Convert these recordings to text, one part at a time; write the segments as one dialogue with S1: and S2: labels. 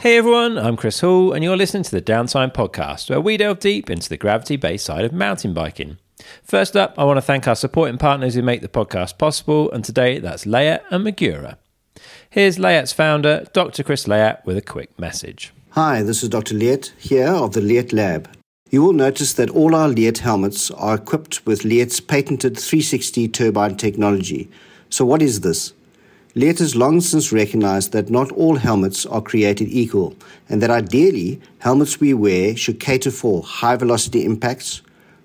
S1: Hey everyone, I'm Chris Hall, and you're listening to the Downtime Podcast, where we delve deep into the gravity based side of mountain biking. First up, I want to thank our supporting partners who make the podcast possible, and today that's Layat and Magura. Here's Layat's founder, Dr. Chris Layat, with a quick message.
S2: Hi, this is Dr. Liet here of the Liet Lab. You will notice that all our Liet helmets are equipped with Liet's patented 360 turbine technology. So, what is this? Liet has long since recognized that not all helmets are created equal, and that ideally, helmets we wear should cater for high velocity impacts,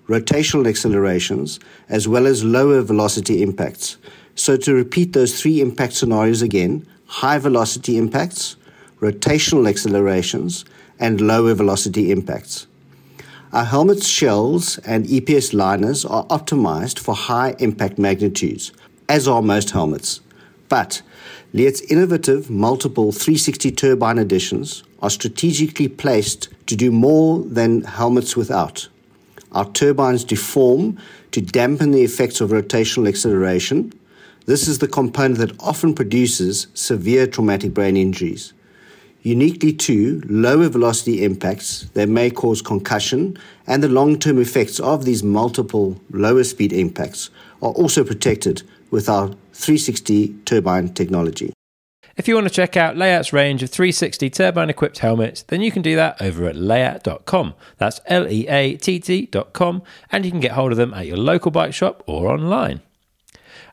S2: rotational accelerations, as well as lower velocity impacts. So, to repeat those three impact scenarios again high velocity impacts, rotational accelerations, and lower velocity impacts. Our helmet's shells and EPS liners are optimized for high impact magnitudes, as are most helmets. But Liet's innovative multiple 360 turbine additions are strategically placed to do more than helmets without. Our turbines deform to dampen the effects of rotational acceleration. This is the component that often produces severe traumatic brain injuries. Uniquely, too, lower velocity impacts that may cause concussion and the long term effects of these multiple lower speed impacts are also protected with our 360 turbine technology.
S1: If you want to check out Layat's range of 360 turbine equipped helmets, then you can do that over at layat.com. That's L E A T T.com, and you can get hold of them at your local bike shop or online.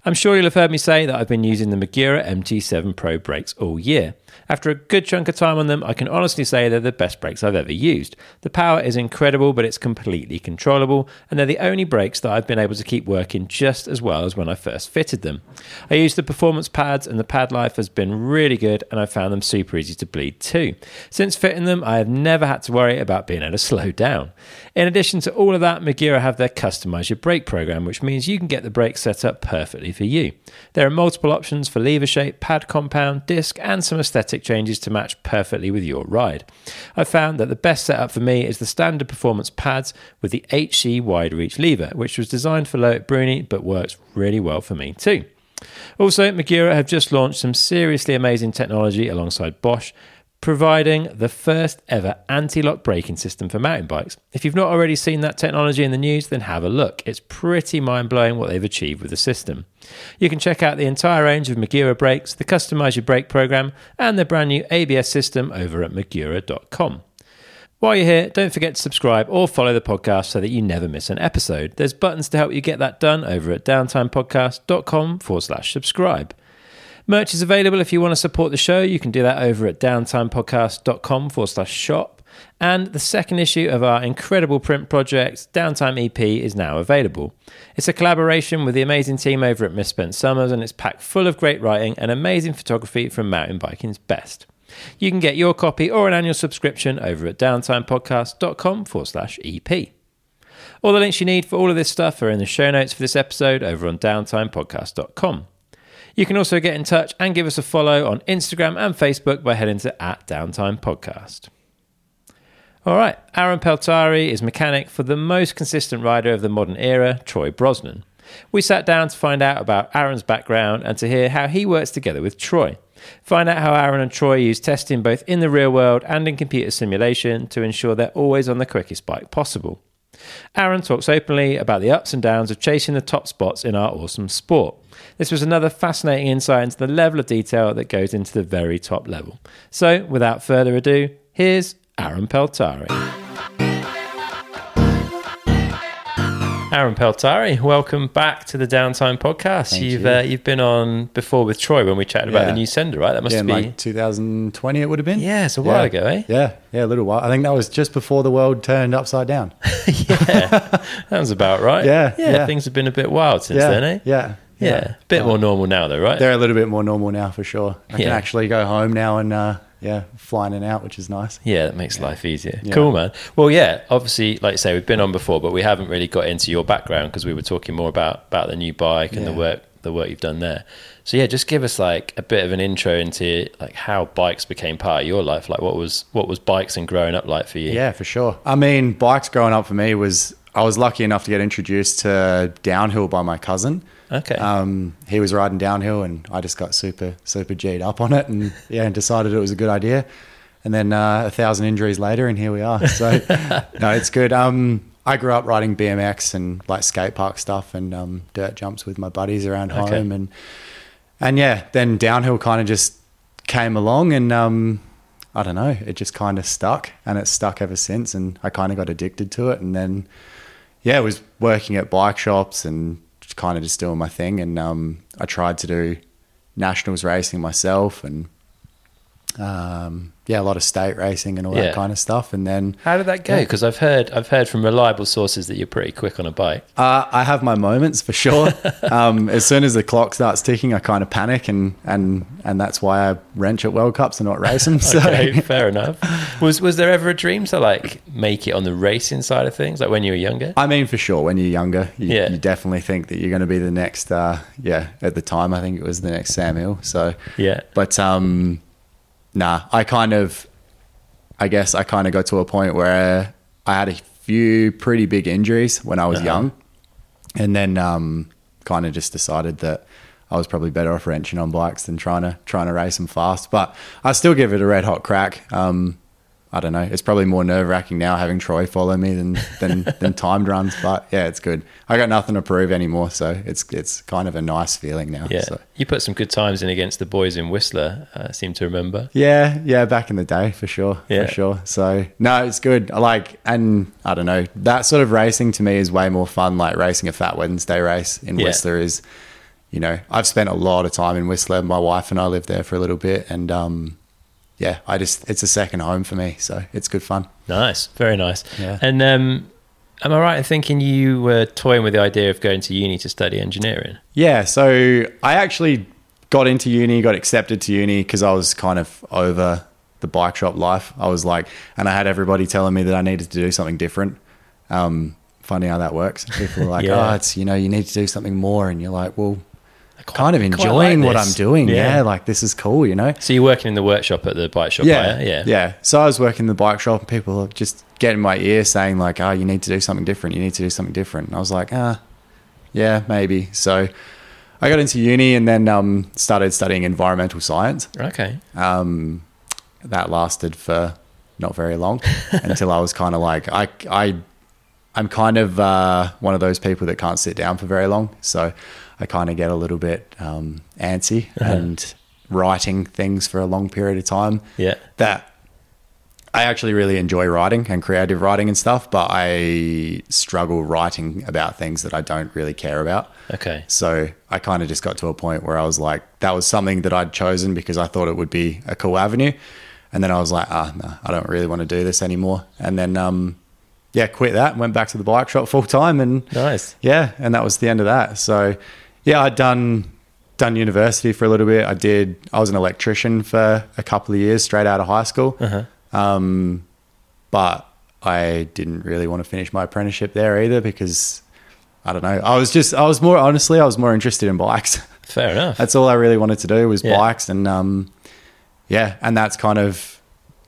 S1: I'm sure you'll have heard me say that I've been using the Magura MT7 Pro brakes all year. After a good chunk of time on them, I can honestly say they're the best brakes I've ever used. The power is incredible, but it's completely controllable, and they're the only brakes that I've been able to keep working just as well as when I first fitted them. I used the performance pads, and the pad life has been really good, and I found them super easy to bleed too. Since fitting them, I have never had to worry about being able to slow down. In addition to all of that, Magura have their customize your brake program, which means you can get the brakes set up perfectly for you. There are multiple options for lever shape, pad compound, disc, and some aesthetic changes to match perfectly with your ride. I found that the best setup for me is the standard performance pads with the HC wide reach lever, which was designed for Loic Bruni but works really well for me too. Also, Magura have just launched some seriously amazing technology alongside Bosch providing the first ever anti lock braking system for mountain bikes. If you've not already seen that technology in the news, then have a look. It's pretty mind blowing what they've achieved with the system. You can check out the entire range of Magura brakes, the Customize Your Brake program, and their brand new ABS system over at magura.com. While you're here, don't forget to subscribe or follow the podcast so that you never miss an episode. There's buttons to help you get that done over at downtimepodcast.com forward slash subscribe. Merch is available if you want to support the show. You can do that over at downtimepodcast.com forward slash shop. And the second issue of our incredible print project, Downtime EP, is now available. It's a collaboration with the amazing team over at Misspent Summers, and it's packed full of great writing and amazing photography from mountain biking's best. You can get your copy or an annual subscription over at downtimepodcast.com forward slash EP. All the links you need for all of this stuff are in the show notes for this episode over on downtimepodcast.com. You can also get in touch and give us a follow on Instagram and Facebook by heading to at Downtime Podcast. All right, Aaron Peltari is mechanic for the most consistent rider of the modern era, Troy Brosnan. We sat down to find out about Aaron's background and to hear how he works together with Troy. Find out how Aaron and Troy use testing both in the real world and in computer simulation to ensure they're always on the quickest bike possible. Aaron talks openly about the ups and downs of chasing the top spots in our awesome sport. This was another fascinating insight into the level of detail that goes into the very top level. So, without further ado, here's Aaron Peltari. Aaron Peltari, welcome back to the Downtime Podcast. you've
S3: you.
S1: Uh, you've been on before with Troy when we chatted about
S3: Yeah.
S1: the new sender, right? That must
S3: yeah,
S1: be
S3: in like 2020 it would have been.
S1: Yeah, it's a while ago, eh?
S3: Yeah, yeah, a little while. I think that was just before the world turned upside down.
S1: yeah, sounds about right.
S3: Yeah,
S1: yeah,
S3: yeah.
S1: things have been a bit wild since
S3: yeah,
S1: then, eh?
S3: yeah,
S1: yeah, a bit more normal now though, right?
S3: They're a little bit more normal now for sure. I can
S1: Yeah.
S3: actually go home now and uh, yeah, flying in and out, which is nice.
S1: Yeah, that makes life easier. Cool, man. Well, yeah, obviously, like you say, we've been on before, but we haven't really got into your background because we were talking more about about the new bike and the
S3: Yeah.
S1: work the work you've done there. So yeah, just give us like a bit of an intro into like how bikes became part of your life. Like what was what was bikes and growing up like for you?
S3: Yeah, for sure. I mean, bikes growing up for me was I was lucky enough to get introduced to downhill by my cousin.
S1: Okay.
S3: Um, he was riding downhill, and I just got super super g'd up on it, and yeah, and decided it was a good idea. And then uh, a thousand injuries later, and here we are. So no, it's good. Um, I grew up riding BMX and like skate park stuff and um, dirt jumps with my buddies around home,
S1: Okay.
S3: and and yeah, then downhill kind of just came along, and um, I don't know, it just kind of stuck, and it's stuck ever since, and I kind of got addicted to it, and then yeah, I was working at bike shops and kind of just doing my thing. And um, I tried to do nationals racing myself and um, yeah, a lot of state racing and all
S1: Yeah.
S3: that kind of stuff. And then
S1: How did that go? Because I've heard I've heard from reliable sources that you're pretty quick on a bike.
S3: Uh, I have my moments for sure. um, as soon as the clock starts ticking, I kind of panic, and and and that's why I wrench at World Cups and not race them. So
S1: Okay, fair enough. Was was there ever a dream to like make it on the racing side of things, like when you were younger?
S3: I mean, for sure, when you're younger, you,
S1: Yeah.
S3: you definitely think that you're going to be the next. Uh, yeah, at the time, I think it was the next Sam Hill. So
S1: Yeah.
S3: but um, nah, I kind of, I guess I kind of got to a point where I had a few pretty big injuries when I was young, and then um, kind of just decided that I was probably better off wrenching on bikes than trying to trying to race them fast. But I still give it a red hot crack. Um, I don't know. It's probably more nerve wracking now having Troy follow me than than than timed runs. But yeah, it's good. I got nothing to prove anymore, so it's it's kind of a nice feeling now.
S1: Yeah,
S3: So.
S1: you put some good times in against the boys in Whistler. I seem to remember.
S3: Yeah, yeah, back in the day for sure,
S1: Yeah.
S3: for sure. So no, it's good. I Like, and I don't know, that sort of racing to me is way more fun. Like racing a Fat Wednesday race in
S1: Yeah.
S3: Whistler is, you know, I've spent a lot of time in Whistler. My wife and I lived there for a little bit, and um, yeah, I just it's a second home for me, so it's good fun.
S1: Nice, very nice.
S3: Yeah.
S1: And um, am I right in thinking you were toying with the idea of going to uni to study engineering?
S3: Yeah, so I actually got into uni, got accepted to uni because I was kind of over the bike shop life. I was like, and I had everybody telling me that I needed to do something different. Um, funny how that works. People are like,
S1: Yeah.
S3: oh, it's, you know, you need to do something more. And you're like, well,
S1: quite-
S3: kind of
S1: I quite
S3: enjoying
S1: like
S3: what
S1: this.
S3: I'm doing.
S1: Yeah.
S3: Yeah. like this is cool, you know?
S1: So you're working in the workshop at the bike shop,
S3: Yeah,
S1: are you?
S3: yeah, So I was working in the bike shop, and people are just getting my ear saying like, "Oh, you need to do something different. You need to do something different." And I was like, "Ah, yeah, maybe." So I got into uni and then um, started studying environmental science.
S1: Okay.
S3: Um, that lasted for not very long until I was kind of like, I, I, I'm kind of uh, one of those people that can't sit down for very long, so I kind of get a little bit um, antsy and writing things for a long period of time
S1: Yeah.
S3: that I actually really enjoy writing and creative writing and stuff, but I struggle writing about things that I don't really care about.
S1: Okay.
S3: So I kind of just got to a point where I was like, that was something that I'd chosen because I thought it would be a cool avenue. And then I was like, ah, no, I don't really want to do this anymore. And then, um, yeah, quit that and went back to the bike shop full time. And
S1: Nice.
S3: yeah, and that was the end of that. So, yeah, I'd done done university for a little bit. I did. I was an electrician for a couple of years straight out of high school,
S1: Uh-huh.
S3: um, but I didn't really want to finish my apprenticeship there either because I don't know. I was just I was more honestly I was more interested in bikes.
S1: Fair enough.
S3: that's all I really wanted to do was
S1: Yeah.
S3: bikes, and um, yeah, and that's kind of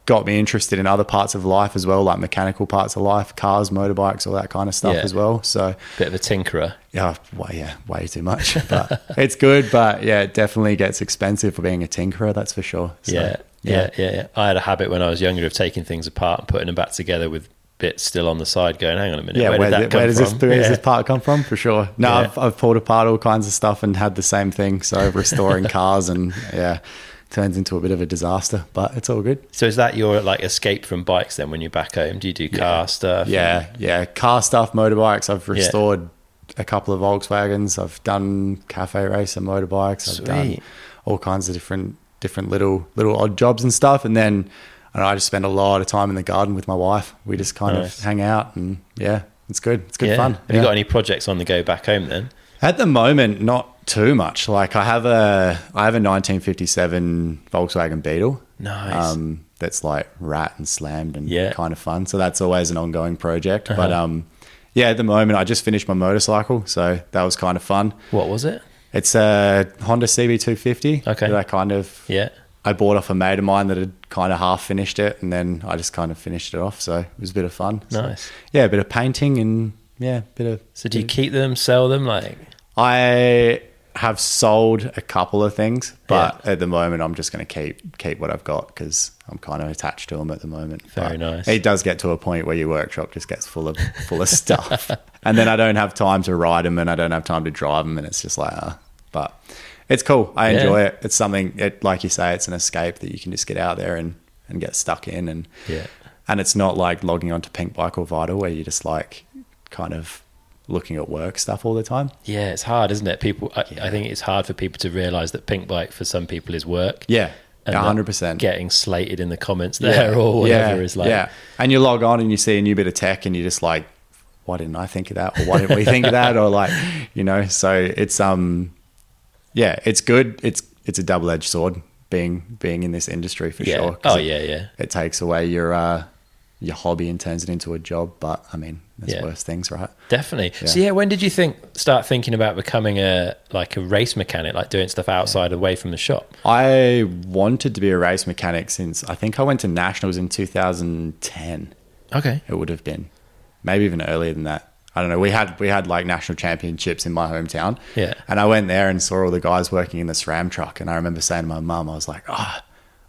S3: got me interested in other parts of life as well, like mechanical parts of life, cars, motorbikes, all that kind of stuff
S1: Yeah.
S3: as well. So
S1: Bit of a tinkerer.
S3: yeah, well, yeah, way too much. But it's good, but yeah, it definitely gets expensive for being a tinkerer, that's for sure. So,
S1: yeah, yeah, yeah, yeah. I had a habit when I was younger of taking things apart and putting them back together with bits still on the side. Going, hang on a minute,
S3: Yeah,
S1: where,
S3: where,
S1: did that
S3: th-
S1: come
S3: where does this
S1: from?
S3: where does
S1: Yeah.
S3: this part come from? For sure. No,
S1: Yeah.
S3: I've, I've pulled apart all kinds of stuff and had the same thing. So restoring cars and yeah, turns into a bit of a disaster, but it's all good.
S1: So is that your like escape from bikes then? When you're back home, do you do car stuff?
S3: Yeah, yeah. Car stuff, motorbikes. I've restored a couple of Volkswagens. I've done cafe racer motorbikes. I've done
S1: Sweet.
S3: all kinds of different different little little odd jobs and stuff. And then I, don't know, I just spend a lot of time in the garden with my wife. We just kind
S1: Nice.
S3: of hang out and yeah, it's good. It's good
S1: Yeah.
S3: fun.
S1: Have you
S3: Yeah.
S1: got any projects on the go back home then?
S3: At the moment, not too much. Like I have a I have a 1957 Volkswagen Beetle.
S1: Nice.
S3: Um, that's like rat and slammed and
S1: Yeah. Uh-huh.
S3: kind of fun. So that's always an ongoing project. But um, yeah, at the moment I just finished my motorcycle, so that was kind of fun.
S1: What was it?
S3: It's a Honda CB250.
S1: Okay.
S3: That I kind of
S1: Yeah.
S3: I bought off a mate of mine that had kind of half finished it, and then I just kind of finished it off. So it was a bit of fun. So,
S1: Nice.
S3: yeah, a bit of painting and yeah, a bit of
S1: So do you keep them, sell them? Like
S3: I have sold a couple of things, but at the moment I'm just going to keep keep what I've got because I'm kind of attached to them at the moment.
S1: Very
S3: But
S1: nice.
S3: It does get to a point where your workshop just gets full of full of stuff, and then I don't have time to ride them, and I don't have time to drive them, and it's just like, uh, but it's cool. I
S1: Yeah.
S3: enjoy it. It's something. It like you say, it's an escape that you can just get out there and and get stuck in, and
S1: Yeah.
S3: and it's not like logging onto Pink Bike or Vital where you're just like kind of looking at work stuff all the time.
S1: Yeah, it's hard, isn't it? People, I, I think it's hard for people to realize that pink bike for some people is work.
S3: Yeah,
S1: and not
S3: hundred percent.
S1: Getting slated in the comments there or whatever is like.
S3: yeah. And you log on and you see a new bit of tech and you're just like, why didn't I think of that? Or why didn't we think of that? Or like, you know, so it's um, yeah, it's good. It's it's a double edged sword being being in this industry for
S1: Yeah.
S3: sure. 'cause
S1: Oh
S3: it,
S1: yeah, yeah.
S3: It takes away your uh your hobby and turns it into a job. But I mean, there's
S1: Yeah.
S3: worse things, right?
S1: Definitely. So
S3: Yeah.
S1: yeah, when did you think start thinking about becoming a like a race mechanic, like doing stuff outside away from the shop?
S3: I wanted to be a race mechanic since I think I went to nationals in 2010.
S1: Okay.
S3: it would have been maybe even earlier than that i don't know we had we had like national championships in my hometown
S1: Yeah.
S3: and i went there and saw all the guys working in the SRAM truck and i remember saying to my mum i was like ah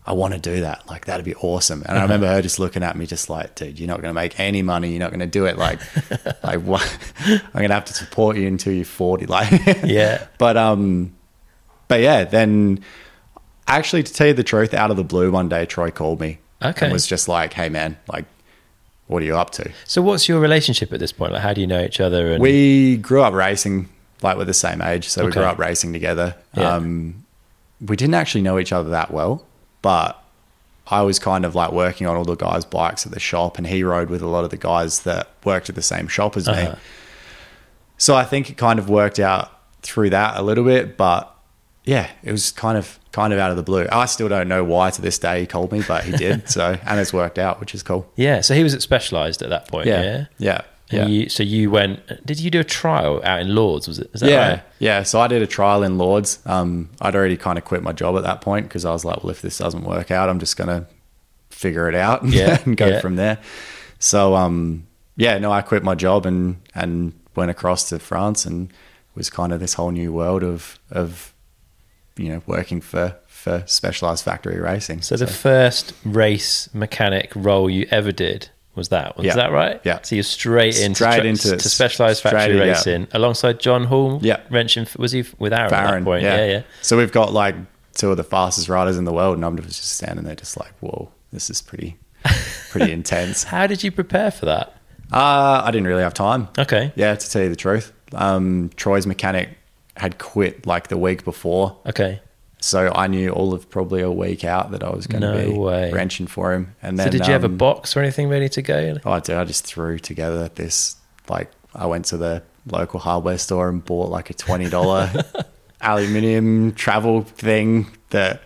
S3: i want to do that like that'd be awesome and i remember her just looking at me just like dude you're not going to make any money you're not going to do it like like what i'm going to have to support you until you're 40 like
S1: Yeah.
S3: but um but yeah then actually to tell you the truth out of the blue one day troy called me
S1: Okay.
S3: and was just like hey man like what are you up to
S1: So what's your relationship at this point? Like how do you know each other and
S3: we grew up racing, like we're the same age, so we
S1: Okay.
S3: grew up racing together.
S1: Yeah.
S3: Um, we didn't actually know each other that well, but I was kind of like working on all the guys' bikes at the shop, and he rode with a lot of the guys that worked at the same shop as
S1: Uh-huh.
S3: me. So I think it kind of worked out through that a little bit, but yeah, it was kind of kind of out of the blue. I still don't know why to this day he called me, but he did. so and it's worked out, which is cool.
S1: Yeah, so he was at specialized at that point, yeah.
S3: Yeah. Yeah.
S1: And you, so you went did you do a trial out in Lords, was it? Is that
S3: yeah,
S1: right?
S3: yeah. So I did a trial in Lords. Um, I'd already kind of quit my job at that point because I was like, well, if this doesn't work out, I'm just gonna figure it out
S1: Yeah,
S3: and go
S1: yeah.
S3: from there. So um, yeah, no, I quit my job and and went across to France and was kind of this whole new world of of you know working for for specialized factory racing.
S1: So the first race mechanic role you ever did was that. Was
S3: Yeah.
S1: that right?
S3: Yeah.
S1: So you're straight into
S3: Straight
S1: tra-
S3: into it.
S1: to specialized factory
S3: Straight, yeah.
S1: racing alongside John Hall.
S3: Yeah.
S1: Wrenching was he with Aaron at that
S3: Baron,
S1: point?
S3: yeah.
S1: yeah. yeah.
S3: So we've got like two of the fastest riders in the world, and I'm just standing there, just like, whoa, this is pretty pretty intense.
S1: How did you prepare for that?
S3: Uh, I didn't really have time.
S1: Okay.
S3: Yeah, to tell you the truth. Um, Troy's mechanic had quit like the week before.
S1: Okay.
S3: So I knew all of probably a week out that I was going to
S1: No
S3: be
S1: way.
S3: wrenching for him. And
S1: So
S3: then
S1: did you have a
S3: um,
S1: box or anything ready to go?
S3: Oh, dude, I just threw together this. Like, I went to the local hardware store and bought like a $20 aluminium travel thing that,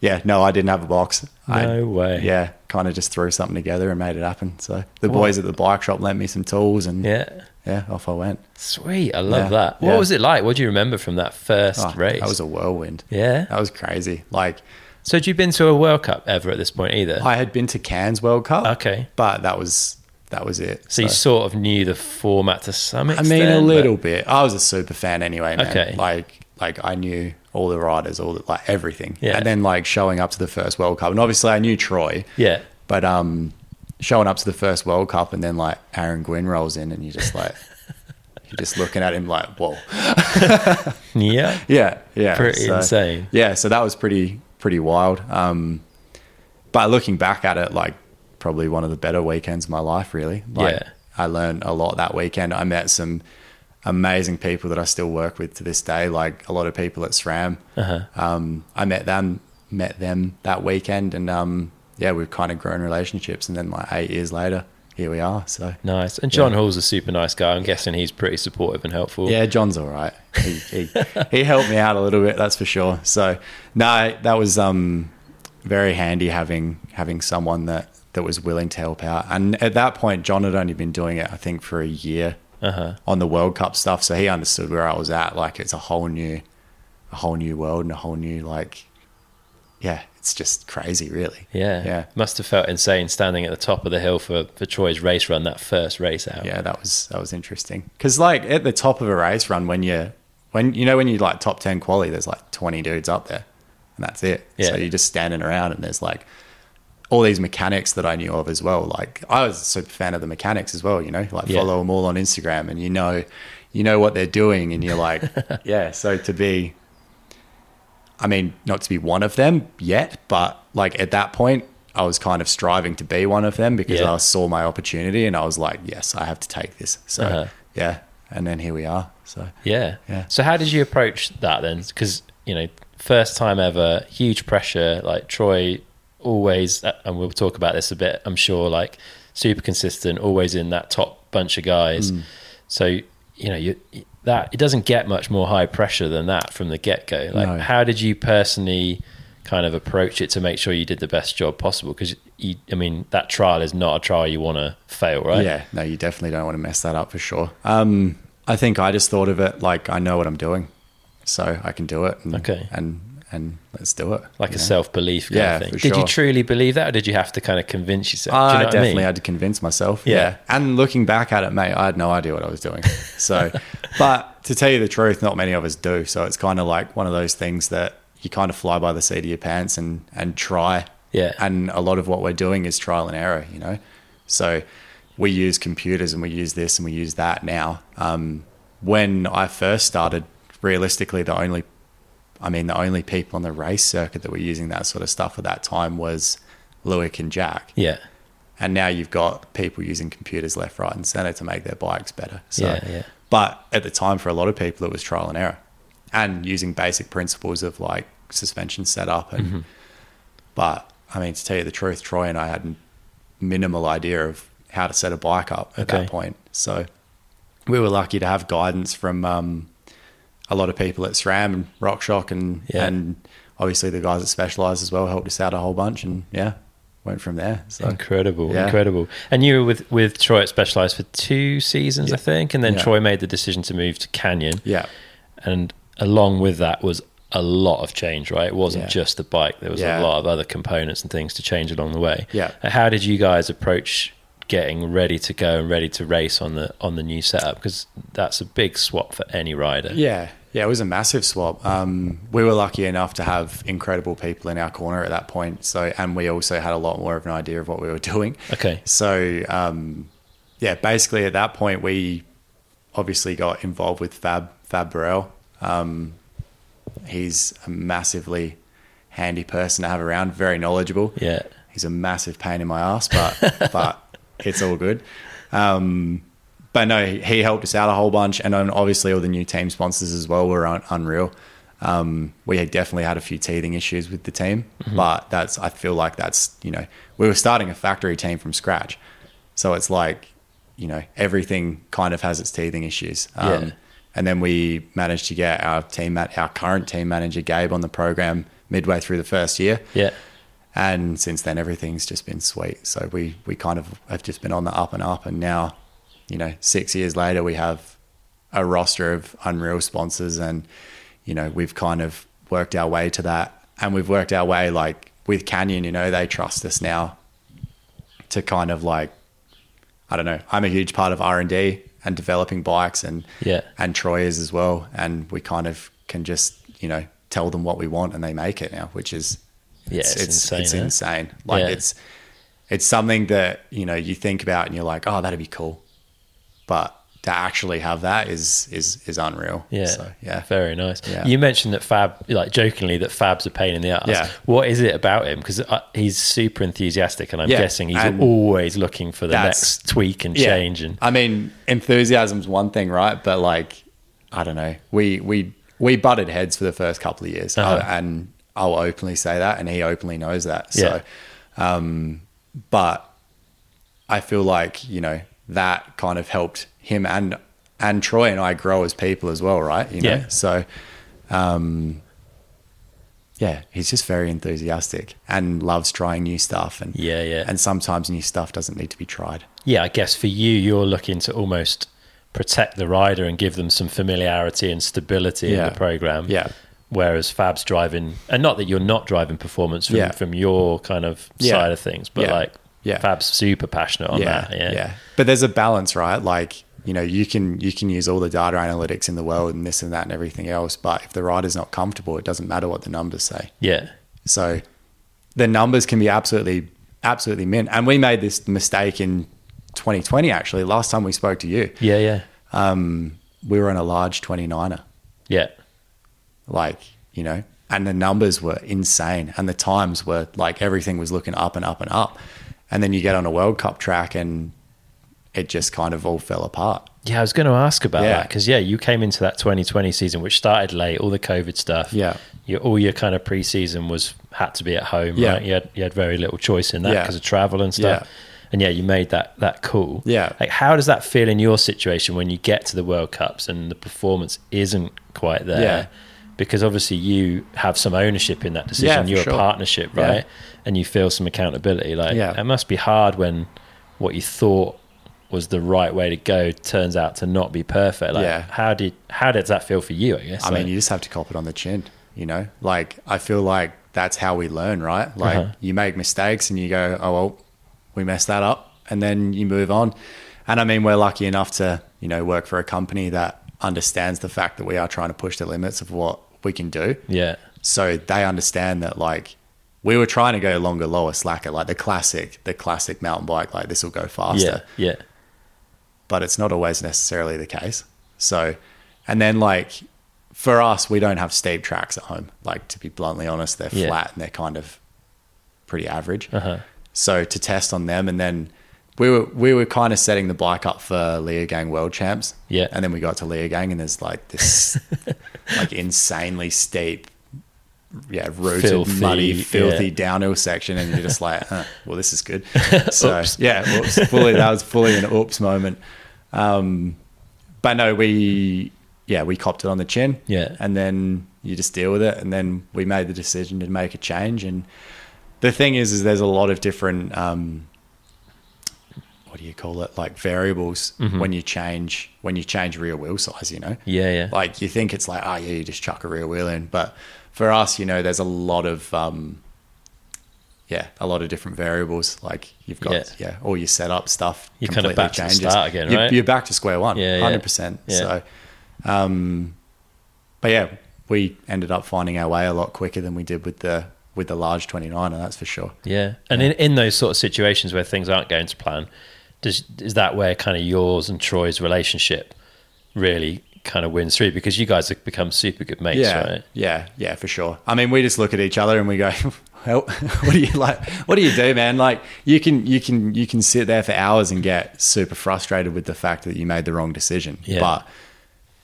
S3: yeah, no, I didn't have a box. I,
S1: No way.
S3: Yeah, kind of just threw something together and made it happen. So the boys at the bike shop lent me some tools and,
S1: Yeah.
S3: yeah, off I went.
S1: Sweet. I love
S3: Yeah,
S1: that. What
S3: yeah.
S1: was it like? What do you remember from that first
S3: Oh,
S1: race?
S3: That was a whirlwind.
S1: yeah.
S3: That was crazy. Like
S1: So had you been to a World Cup ever at this point either?
S3: I had been to Cairns World Cup.
S1: Okay.
S3: But that was that was it.
S1: so you sort of knew the format to some
S3: I
S1: extent.
S3: mean a
S1: but-
S3: little bit. I was a super fan anyway, man.
S1: Okay.
S3: Like like I knew all the riders, all the like everything.
S1: Yeah.
S3: And then like showing up to the first World Cup. And obviously I knew Troy.
S1: Yeah.
S3: But um showing up to the first World Cup and then like Aaron Gwynn rolls in and you're just like you're just looking at him like, whoa.
S1: Yeah.
S3: Yeah, yeah,
S1: Pretty insane.
S3: Yeah, so that was pretty pretty wild. Um, but looking back at it, like probably one of the better weekends of my life. Really, like,
S1: Yeah.
S3: I learned a lot that weekend. I met some amazing people that I still work with to this day. Like a lot of people at SRAM.
S1: Uh-huh.
S3: Um, I met them met them that weekend, and um, yeah, we've kind of grown relationships. And then like eight years later, here we are. So
S1: Nice. And John Hall's a super nice guy. I'm guessing he's pretty supportive and helpful.
S3: Yeah, John's all right. He, he, he helped me out a little bit, that's for sure. So no, that was um, very handy having having someone that that was willing to help out. And at that point, John had only been doing it, I think, for a year on the World Cup stuff, so he understood where I was at. Like it's a whole new, a whole new world and a whole new like, yeah, it's just crazy, really.
S1: Yeah.
S3: yeah,
S1: Must have felt insane standing at the top of the hill for, for Troy's race run, that first race out.
S3: yeah that was that was interesting because like at the top of a race run when you When you know when you like top ten quality, there's like twenty dudes up there, and that's it.
S1: Yeah.
S3: So you're just standing around, and there's like all these mechanics that I knew of as well. Like I was a super fan of the mechanics as well. You know, like
S1: Yeah.
S3: follow them all on Instagram, and you know, you know what they're doing, and you're like, yeah. So to be, I mean, not to be one of them yet, but like at that point, I was kind of striving to be one of them because
S1: Yeah.
S3: I saw my opportunity, and I was like, yes, I have to take this. So
S1: Uh-huh.
S3: yeah, and then here we are. So
S1: Yeah.
S3: Yeah.
S1: So how did you approach that then? Because you know, first time ever, huge pressure. Like Troy, always, uh, and we'll talk about this a bit. I'm sure, like super consistent, always in that top bunch of guys.
S3: Hmm.
S1: So you know, you that it doesn't get much more high pressure than that from the get go. Like,
S3: No.
S1: how did you personally? kind of approach it to make sure you did the best job possible because you i mean that trial is not a trial you want to fail right
S3: Yeah, no, you definitely don't want to mess that up for sure. Um, I think I just thought of it like I know what I'm doing, so I can do it. And,
S1: Okay.
S3: and and let's do it.
S1: like
S3: you
S1: a
S3: know?
S1: self belief kind
S3: Yeah,
S1: of thing.
S3: for
S1: Did you
S3: sure.
S1: truly believe that, or did you have to kind of convince yourself? Do you
S3: I
S1: know what
S3: Ah, definitely
S1: I mean?
S3: had to convince myself.
S1: Yeah.
S3: Yeah. And looking back at it, mate, I had no idea what I was doing. So, but to tell you the truth, not many of us do. So it's kind of like one of those things that you kind of fly by the seat of your pants and, and try.
S1: Yeah.
S3: And a lot of what we're doing is trial and error, you know? So we use computers and we use this and we use that now. Um, when I first started, realistically, the only I mean, the only people on the race circuit that were using that sort of stuff at that time was Lewick and Jack
S1: Yeah,
S3: and now you've got people using computers left, right, and center to make their bikes better. So,
S1: Yeah, yeah.
S3: but at the time, for a lot of people, it was trial and error, and using basic principles of like suspension setup. And
S1: Mm-hmm.
S3: but I mean, to tell you the truth, Troy and I had minimal idea of how to set a bike up at
S1: Okay.
S3: that point. So we were lucky to have guidance from um, a lot of people at SRAM and RockShock, and
S1: Yeah.
S3: and obviously the guys that specialize as well helped us out a whole bunch, and yeah. Went from there. So
S1: incredible,
S3: Yeah.
S1: incredible. And you were with with Troy at Specialized for two seasons, I think, and then
S3: Yeah.
S1: Troy made the decision to move to Canyon.
S3: Yeah.
S1: and along with that was a lot of change. Right, it wasn't
S3: Yeah.
S1: just the bike; there was a
S3: Yeah.
S1: lot of other components and things to change along the way.
S3: Yeah.
S1: Uh, how did you guys approach? getting ready to go and ready to race on the on the new setup because that's a big swap for any rider
S3: Yeah. Yeah. It was a massive swap. Um, we were lucky enough to have incredible people in our corner at that point. So, and we also had a lot more of an idea of what we were doing.
S1: okay
S3: So, um, yeah, basically at that point, we obviously got involved with Fab, Fab Burrell. Um, he's a massively handy person to have around, very knowledgeable.
S1: yeah
S3: He's a massive pain in my ass, but but it's all good. Um, but no, he helped us out a whole bunch, and then obviously all the new team sponsors as well were un- unreal. Um, we had definitely had a few teething issues with the team, but that's I feel like that's you know we were starting a factory team from scratch, so it's like you know everything kind of has its teething issues. Um,
S1: Yeah.
S3: and then we managed to get our team, ma- our current team manager Gabe, on the program midway through the first year
S1: yeah
S3: and since then everything's just been sweet so we we kind of have just been on the up and up and now you know six years later we have a roster of unreal sponsors and you know we've kind of worked our way to that and we've worked our way like with canyon you know they trust us now to kind of like i don't know i'm a huge part of r&d and developing bikes and
S1: Yeah.
S3: and troy is as well and we kind of can just you know tell them what we want and they make it now which is
S1: Yeah, it's insane,
S3: it's
S1: eh?
S3: insane. Like
S1: Yeah.
S3: it's it's something that you know you think about and you're like, oh, that'd be cool, but to actually have that is is is unreal.
S1: Yeah.
S3: So, yeah.
S1: Very nice.
S3: Yeah.
S1: You mentioned that Fab, like jokingly, that Fab's a pain in the ass.
S3: Yeah.
S1: What is it about him? Because he's super enthusiastic, and I'm
S3: Yeah,
S1: guessing he's
S3: and
S1: always looking for the
S3: that's-
S1: next tweak and
S3: Yeah.
S1: change. And
S3: I mean, enthusiasm's one thing, right? But like, I don't know. We we we butted heads for the first couple of years,
S1: Uh-huh.
S3: I- and I'll openly say that, and he openly knows that.
S1: Yeah.
S3: So, um, but I feel like you know that kind of helped him and and Troy and I grow as people as well, right? You know?
S1: Yeah.
S3: So, um, yeah, he's just very enthusiastic and loves trying new stuff, and
S1: Yeah, yeah.
S3: and sometimes new stuff doesn't need to be tried.
S1: yeah, I guess for you, you're looking to almost protect the rider and give them some familiarity and stability in
S3: Yeah.
S1: the program.
S3: Yeah.
S1: Whereas Fab's driving, and not that you're not driving performance from,
S3: Yeah.
S1: from your kind of
S3: Yeah.
S1: side of things, but
S3: Yeah.
S1: like
S3: Yeah.
S1: Fab's super passionate on
S3: yeah,
S1: that.
S3: But there's a balance, right? Like you know you can you can use all the data analytics in the world and this and that and everything else but if the rider's not comfortable it doesn't matter what the numbers say
S1: Yeah.
S3: so the numbers can be absolutely absolutely mint and we made this mistake in 2020 actually last time we spoke to you
S1: Yeah. Yeah.
S3: um, we were on a large 29er
S1: Yeah.
S3: like you know and the numbers were insane and the times were like everything was looking up and up and up and then you get on a world cup track and it just kind of all fell apart
S1: Yeah, I was going to ask about
S3: Yeah.
S1: that because yeah, you came into that 2020 season, which started late, all the COVID stuff.
S3: Yeah.
S1: your, all your kind of preseason was had to be at home.
S3: Yeah.
S1: right? you had you had very little choice in that
S3: Yeah.
S1: because of travel and stuff.
S3: Yeah.
S1: And yeah, you made that that call.
S3: Yeah.
S1: like how does that feel in your situation when you get to the World Cups and the performance isn't quite there?
S3: Yeah.
S1: Because obviously you have some ownership in that decision.
S3: Yeah, for
S1: You're
S3: sure.
S1: a partnership,
S3: Yeah.
S1: right? And you feel some accountability. Like
S3: Yeah.
S1: it must be hard when what you thought was the right way to go turns out to not be perfect. Like
S3: Yeah.
S1: how did how does that feel for you, I guess?
S3: I
S1: Like,
S3: mean, you just have to cop it on the chin, you know? Like, I feel like that's how we learn, right? Like,
S1: Uh-huh.
S3: you make mistakes and you go, oh, well, we messed that up. And then you move on. And I mean, we're lucky enough to, you know, work for a company that understands the fact that we are trying to push the limits of what we can do.
S1: Yeah.
S3: So they understand that, like, we were trying to go longer, lower, slacker, like the classic, the classic mountain bike, like this will go faster
S1: Yeah. Yeah.
S3: but it's not always necessarily the case. So, and then like for us, we don't have steep tracks at home. Like to be bluntly honest, they're
S1: Yeah.
S3: flat and they're kind of pretty average.
S1: Uh-huh.
S3: So to test on them, and then we were we were kind of setting the bike up for Leo Gang World Champs.
S1: Yeah.
S3: and then we got to Leo Gang, and there's like this like insanely steep. Yeah, rooted,
S1: Filthy,
S3: muddy, filthy
S1: yeah.
S3: downhill section, and you're just like, huh, well, this is good. So
S1: Oops.
S3: yeah, oops, fully that was fully an oops moment. Um, but no, we yeah we copped it on the chin.
S1: Yeah.
S3: and then you just deal with it, and then we made the decision to make a change. And the thing is, is there's a lot of different um, what do you call it like variables when you change when you change rear wheel size. You know,
S1: Yeah. Yeah.
S3: like you think it's like oh yeah you just chuck a rear wheel in but for us you know there's a lot of um yeah a lot of different variables like you've got
S1: Yeah.
S3: yeah, all your setup stuff
S1: You're kinda
S3: completely
S1: back to the start again,
S3: you're,
S1: right?
S3: you're back to square one
S1: Yeah, yeah.
S3: 100%
S1: Yeah.
S3: so um but yeah we ended up finding our way a lot quicker than we did with the with the large 29er that's for sure
S1: Yeah. And in, in those sort of situations where things aren't going to plan, does is that where kind of yours and Troy's relationship really kind of wins through because you guys have become super good mates,
S3: yeah,
S1: right?
S3: yeah, yeah, for sure. I mean, we just look at each other and we go, "Well, what do you like? What do you do, man? Like, you can, you can, you can sit there for hours and get super frustrated with the fact that you made the wrong decision.
S1: Yeah.
S3: But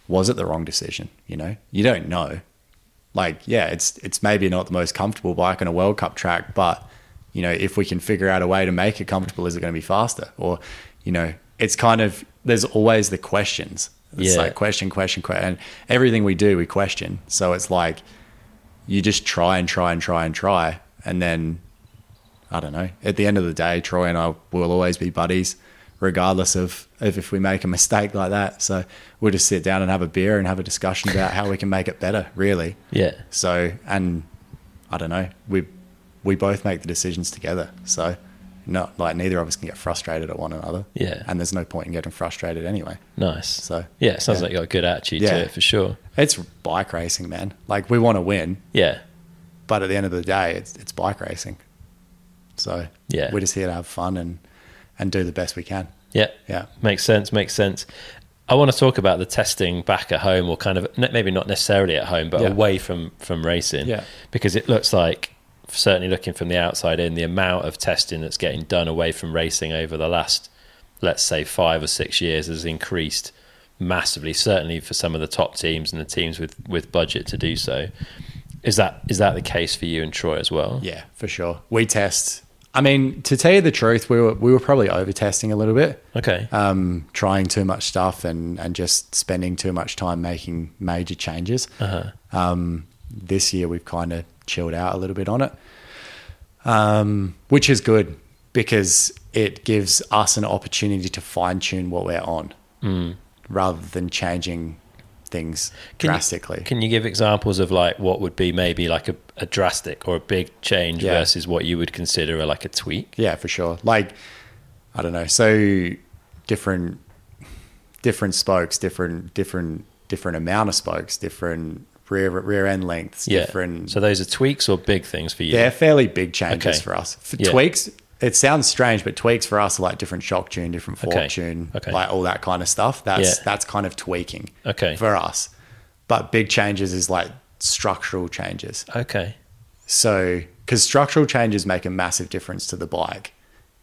S3: was it the wrong decision? You know, you don't know. Like, yeah, it's it's maybe not the most comfortable bike on a World Cup track, but you know, if we can figure out a way to make it comfortable, is it going to be faster? Or, you know, it's kind of there's always the questions. It's
S1: Yeah.
S3: like question, question, question. And everything we do, we question. So it's like you just try and try and try and try. And then, I don't know, at the end of the day, Troy and I will always be buddies, regardless of, of if we make a mistake like that. So we'll just sit down and have a beer and have a discussion about how we can make it better, really.
S1: Yeah.
S3: So, and I don't know, we, we both make the decisions together. So, not like neither of us can get frustrated at one another.
S1: Yeah.
S3: And there's no point in getting frustrated anyway.
S1: Nice.
S3: So,
S1: yeah, it sounds
S3: yeah.
S1: like you got a good attitude
S3: Yeah.
S1: to it for sure.
S3: It's bike racing, man. Like we want to win,
S1: Yeah.
S3: but at the end of the day, it's it's bike racing. So
S1: Yeah.
S3: we're just here to have fun and and do the best we can.
S1: Yeah.
S3: Yeah.
S1: Makes sense. Makes sense. I want to talk about the testing back at home, or kind of n- maybe not necessarily at home, but
S3: Yeah.
S1: away from from racing,
S3: Yeah.
S1: because it looks like certainly looking from the outside in, the amount of testing that's getting done away from racing over the last, let's say, five or six years has increased massively. Certainly for some of the top teams and the teams with with budget to do so. Is that is that the case for you and Troy as well?
S3: Yeah, for sure. We test. I mean, to tell you the truth, we were we were probably over testing a little bit,
S1: Okay.
S3: um, trying too much stuff and and just spending too much time making major changes.
S1: Uh-huh.
S3: Um, this year, we've kind of chilled out a little bit on it. um, which is good because it gives us an opportunity to fine tune what we're on rather than changing things
S1: Mm. Can you-
S3: drastically.
S1: Can you give examples of like what would be maybe like a, a drastic or a big change
S3: Yeah.
S1: versus what you would consider a, like a tweak?
S3: yeah, for sure. Like, I don't know. So different different spokes, different different different amount of spokes, different rear rear end lengths,
S1: Yeah.
S3: different.
S1: So those are tweaks or big things for you.
S3: they're fairly big changes
S1: Okay.
S3: for us. For
S1: Yeah.
S3: Tweaks. It sounds strange, but tweaks for us are like different shock tune, different fork
S1: Okay.
S3: tune,
S1: Okay.
S3: like all that kind of stuff. That's
S1: Yeah.
S3: that's kind of tweaking
S1: Okay.
S3: for us. But big changes is like structural changes.
S1: Okay.
S3: So, because structural changes make a massive difference to the bike,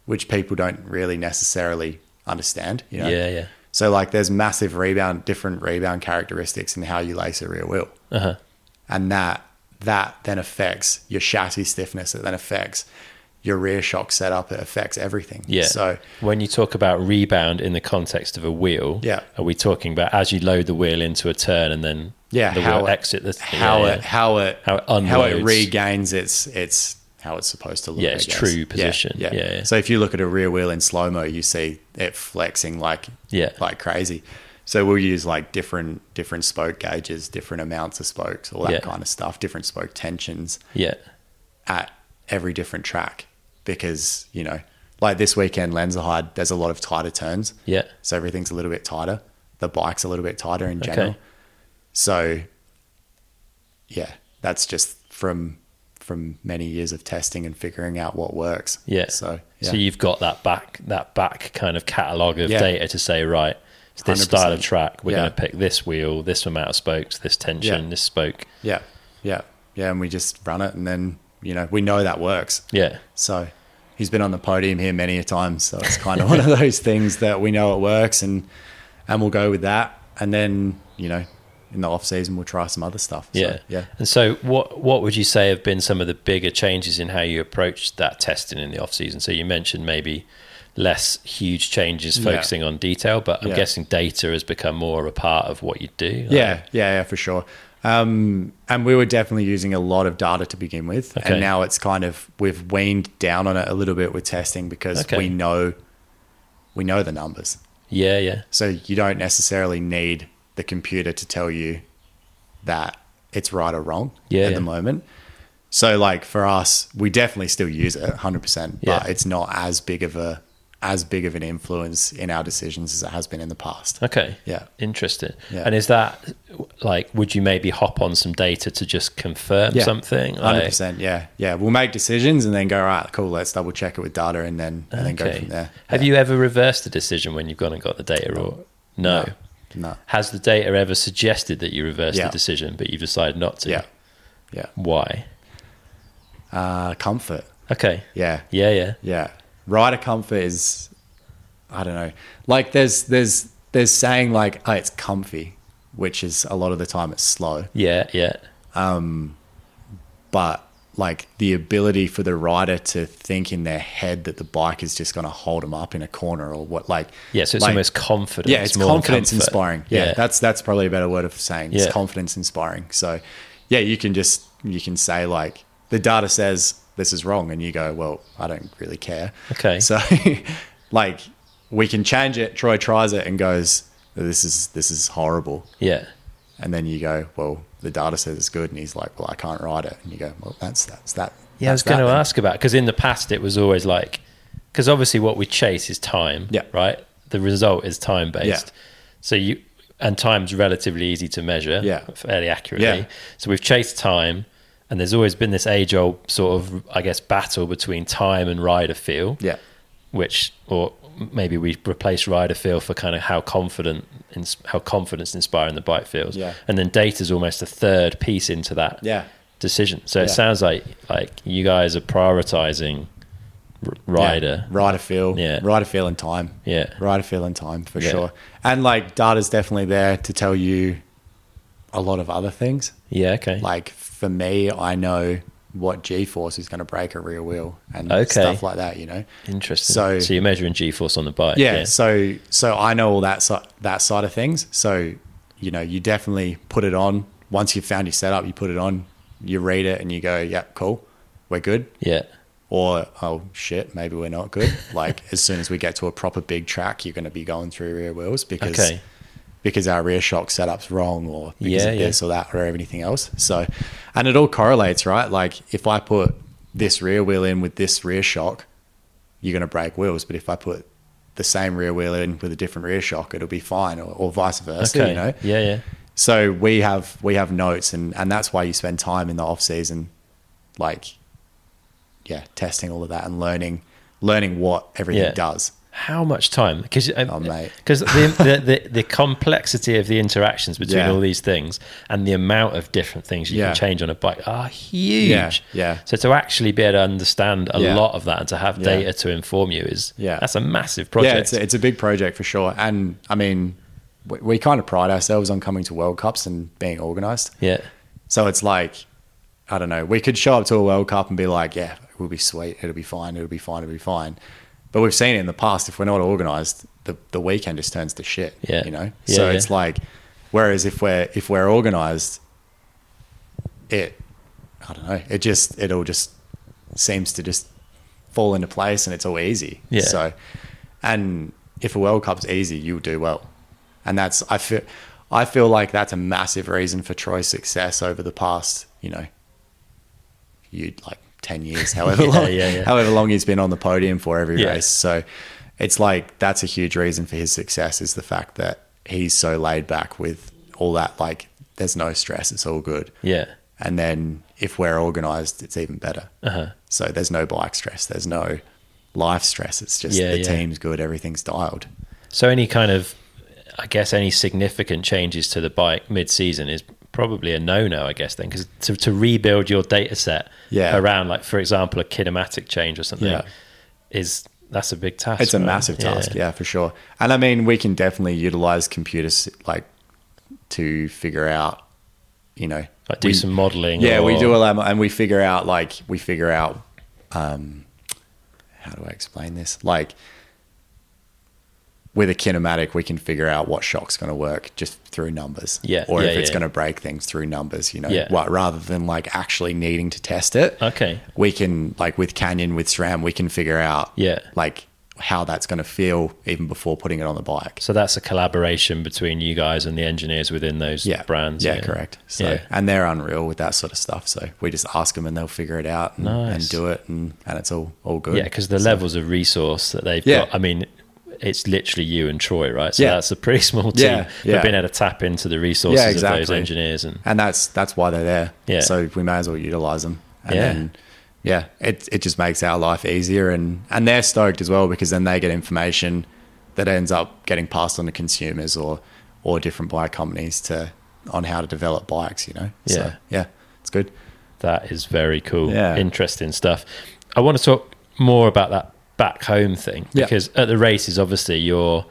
S3: which people don't really necessarily understand. You know?
S1: Yeah, yeah.
S3: So, like, there's massive rebound, different rebound characteristics in how you lace a rear wheel,
S1: Uh-huh.
S3: and that that then affects your chassis stiffness. It then affects your rear shock setup. It affects everything.
S1: Yeah.
S3: So,
S1: when you talk about rebound in the context of a wheel,
S3: Yeah.
S1: are we talking about as you load the wheel into a turn and then
S3: yeah,
S1: the
S3: how
S1: wheel
S3: it-
S1: exit the
S3: how
S1: yeah,
S3: it how it
S1: How it unloads.
S3: regains its its how it's supposed to look.
S1: Yeah,
S3: I
S1: its
S3: guess.
S1: true
S3: Yeah,
S1: position.
S3: Yeah,
S1: Yeah, yeah.
S3: So if you look at a rear wheel in slow mo, you see it flexing like
S1: Yeah.
S3: like crazy. So we'll use like different different spoke gauges, different amounts of spokes, all that
S1: Yeah.
S3: kind of stuff, different spoke tensions
S1: yeah.
S3: at every different track because you know, like this weekend Lenzerheide, there's a lot of tighter turns.
S1: Yeah.
S3: So everything's a little bit tighter. The bike's a little bit tighter in
S1: Okay.
S3: general. So yeah, that's just from from many years of testing and figuring out what works.
S1: Yeah.
S3: So yeah.
S1: so you've got that back that back kind of catalog of
S3: Yeah.
S1: data to say right, it's this style of
S3: 100%.
S1: track. We're
S3: Yeah.
S1: going to pick this wheel, this amount of spokes, this tension,
S3: Yeah.
S1: this spoke.
S3: yeah. Yeah. Yeah. And we just run it and then, you know, we know that works.
S1: Yeah.
S3: So he's been on the podium here many a time. So it's kind of one of those things that we know it works and and we'll go with that. And then, you know, in the off season we'll try some other stuff. So,
S1: Yeah.
S3: yeah.
S1: And so what what would you say have been some of the bigger changes in how you approach that testing in the off season? So you mentioned maybe less huge changes focusing on detail, but I'm
S3: Yeah.
S1: guessing data has become more of a part of what you do. Like-
S3: Yeah, yeah, yeah, for sure. Um, and we were definitely using a lot of data to begin with,
S1: Okay.
S3: and now it's kind of we've weaned down on it a little bit with testing because
S1: Okay.
S3: we know we know the numbers,
S1: Yeah, yeah.
S3: so you don't necessarily need the computer to tell you that it's right or wrong
S1: Yeah,
S3: at
S1: yeah.
S3: the moment. So, like for us, we definitely still use it 100, percent
S1: Yeah.
S3: but it's not as big of a as big of an influence in our decisions as it has been in the past.
S1: Okay.
S3: Yeah.
S1: Interesting.
S3: Yeah.
S1: And is that like would you maybe hop on some data to just confirm
S3: Yeah.
S1: something?
S3: Hundred
S1: Like-
S3: percent. Yeah, yeah. We'll make decisions and then go. All right, cool. Let's double check it with data and then and then go
S1: Okay.
S3: from there.
S1: Have you ever reversed a decision when you've gone and got the data or no?
S3: you? No.
S1: Has the data ever suggested that you reverse
S3: Yeah.
S1: the decision but you've decided not to?
S3: Yeah. Yeah.
S1: Why?
S3: Uh, comfort.
S1: Okay.
S3: Yeah.
S1: Yeah, yeah.
S3: Yeah. Rider comfort is. I don't know. Like there's there's there's saying like oh, it's comfy, which is a lot of the time it's slow,
S1: Yeah, yeah.
S3: but like the ability for the rider to think in their head that the bike is just going to hold them up in a corner or what like
S1: Yeah, so it's
S3: like-
S1: almost confidence.
S3: yeah, it's
S1: more than
S3: confidence
S1: comfort.
S3: inspiring. Yeah, that's that's probably a better word of saying.
S1: Yeah.
S3: It's confidence inspiring. So, yeah, you can just you can say like the data says this is wrong, and you go, well, I don't really care.
S1: Okay.
S3: So, like we can change it. Troy tries it and goes, this is this is horrible.
S1: yeah.
S3: And then you go, well, the data says it's good, and he's like, well, I can't ride it. And you go, well, that's that's that.
S1: Yeah, I was
S3: that's that
S1: going to
S3: then."
S1: ask about because in the past it was always like because obviously what we chase is time,
S3: Yeah.
S1: right? The result is time based,
S3: Yeah.
S1: so you and time's relatively easy to measure,
S3: Yeah.
S1: fairly accurately.
S3: Yeah.
S1: So we've chased time, and there's always been this age old sort of I guess battle between time and rider feel,
S3: Yeah.
S1: which or maybe we replace rider feel for kind of how confident ins- how confidence inspiring the bike feels
S3: Yeah.
S1: and then data is almost a third piece into that
S3: Yeah.
S1: decision so it
S3: Yeah.
S1: sounds like like you guys are prioritizing r- rider
S3: Yeah. Rider feel.
S1: Yeah.
S3: Rider feel and time.
S1: Yeah.
S3: Rider feel and time for
S1: Yeah.
S3: sure. And like data's definitely there to tell you a lot of other things.
S1: yeah, okay
S3: Like for me, I know what G force is going to break a rear wheel and
S1: Okay.
S3: stuff like that, you know?
S1: interesting so,
S3: so-
S1: you're measuring g-force on the bike
S3: Yeah, So, so I know all that, si- that side of things. So, you know, you definitely put it on. Once you've found your setup, you put it on, you read it and you go, yep, cool. We're good.
S1: yeah
S3: or oh shit, maybe we're not good. Like as soon as we get to a proper big track, you're going to be going through rear wheels because
S1: Okay.
S3: because our rear shock setup's wrong or because
S1: Yeah,
S3: of
S1: yeah.
S3: this or that or anything else. So, and it all correlates, right? Like if I put this rear wheel in with this rear shock, you're going to break wheels. But if I put the same rear wheel in with a different rear shock, it'll be fine, or, or vice versa.
S1: Okay.
S3: You know,
S1: Yeah, yeah.
S3: so we have we have notes and and that's why you spend time in the off season like yeah testing all of that and learning learning what everything
S1: Yeah.
S3: does
S1: How much time? Because
S3: Oh, mate.
S1: because the, the, the the complexity of the interactions between
S3: Yeah.
S1: all these things and the amount of different things you
S3: Yeah.
S1: can change on a bike are huge.
S3: Yeah, yeah.
S1: So to actually be able to understand a
S3: Yeah.
S1: lot of that and to have
S3: Yeah.
S1: data to inform you is
S3: Yeah.
S1: that's a massive project.
S3: yeah it's a, it's a big project for sure and i mean we, we kind of pride ourselves on coming to world cups and being organized
S1: yeah.
S3: so it's like i don't know we could show up to a world cup and be like yeah it will be sweet it'll be fine it'll be fine it'll be fine but we've seen it in the past if we're not organized the, the weekend just turns to shit
S1: Yeah.
S3: you know
S1: Yeah,
S3: so
S1: yeah.
S3: it's like whereas if we're if we're organized it i don't know it just it all just seems to just fall into place and it's all easy
S1: Yeah.
S3: so and if a world cup's easy you'll do well and that's i feel i feel like that's a massive reason for troy's success over the past you know you like 10 years however
S1: Yeah,
S3: long
S1: yeah, yeah.
S3: however long he's been on the podium for every
S1: Yeah.
S3: race so it's like that's a huge reason for his success is the fact that he's so laid back with all that like there's no stress it's all good
S1: Yeah.
S3: and then if we're organized it's even better
S1: Uh-huh.
S3: so there's no bike stress there's no life stress it's just
S1: Yeah,
S3: the
S1: yeah.
S3: team's good everything's dialed
S1: So any kind of, I guess, any significant changes to the bike mid-season is probably a no-no, I guess, then, because to, to rebuild your data set
S3: Yeah.
S1: around, like for example, a kinematic change or something,
S3: Yeah.
S1: is that's a big task.
S3: it's a
S1: right?
S3: massive task yeah. for sure and i mean we can definitely utilize computers like to figure out you know
S1: Like do
S3: we-
S1: some modelling.
S3: yeah we
S1: or-
S3: do all that and we figure out like we figure out um how do i explain this like with a kinematic we can figure out what shock's going to work just through numbers
S1: Yeah,
S3: or
S1: yeah,
S3: if it's
S1: yeah.
S3: going to break things through numbers you know
S1: Yeah.
S3: what rather than like actually needing to test it
S1: Okay.
S3: we can like with Canyon with SRAM, we can figure out
S1: Yeah.
S3: like how that's going to feel even before putting it on the bike.
S1: So that's a collaboration between you guys and the engineers within those
S3: Yeah,
S1: brands.
S3: Yeah, correct. So
S1: Yeah.
S3: and they're unreal with that sort of stuff. So we just ask them and they'll figure it out and,
S1: Nice.
S3: and do it and and it's all all good.
S1: Yeah, because the levels of resource that they've
S3: Yeah.
S1: got. I mean, it's literally you and Troy, right? So
S3: Yeah.
S1: that's a pretty small team.
S3: Yeah,
S1: But
S3: yeah.
S1: being able to tap into the resources of those
S3: exactly.
S1: engineers and
S3: and that's that's why they're there.
S1: Yeah.
S3: So we may as well utilize them. And
S1: Yeah.
S3: Then, yeah. It it just makes our life easier and and they're stoked as well because then they get information that ends up getting passed on to consumers or or different bike companies to on how to develop bikes. You know.
S1: Yeah.
S3: So, yeah. It's good.
S1: That is very cool.
S3: Yeah.
S1: Interesting stuff. I want to talk more about that back home thing
S3: Yeah.
S1: because at the races, obviously, you're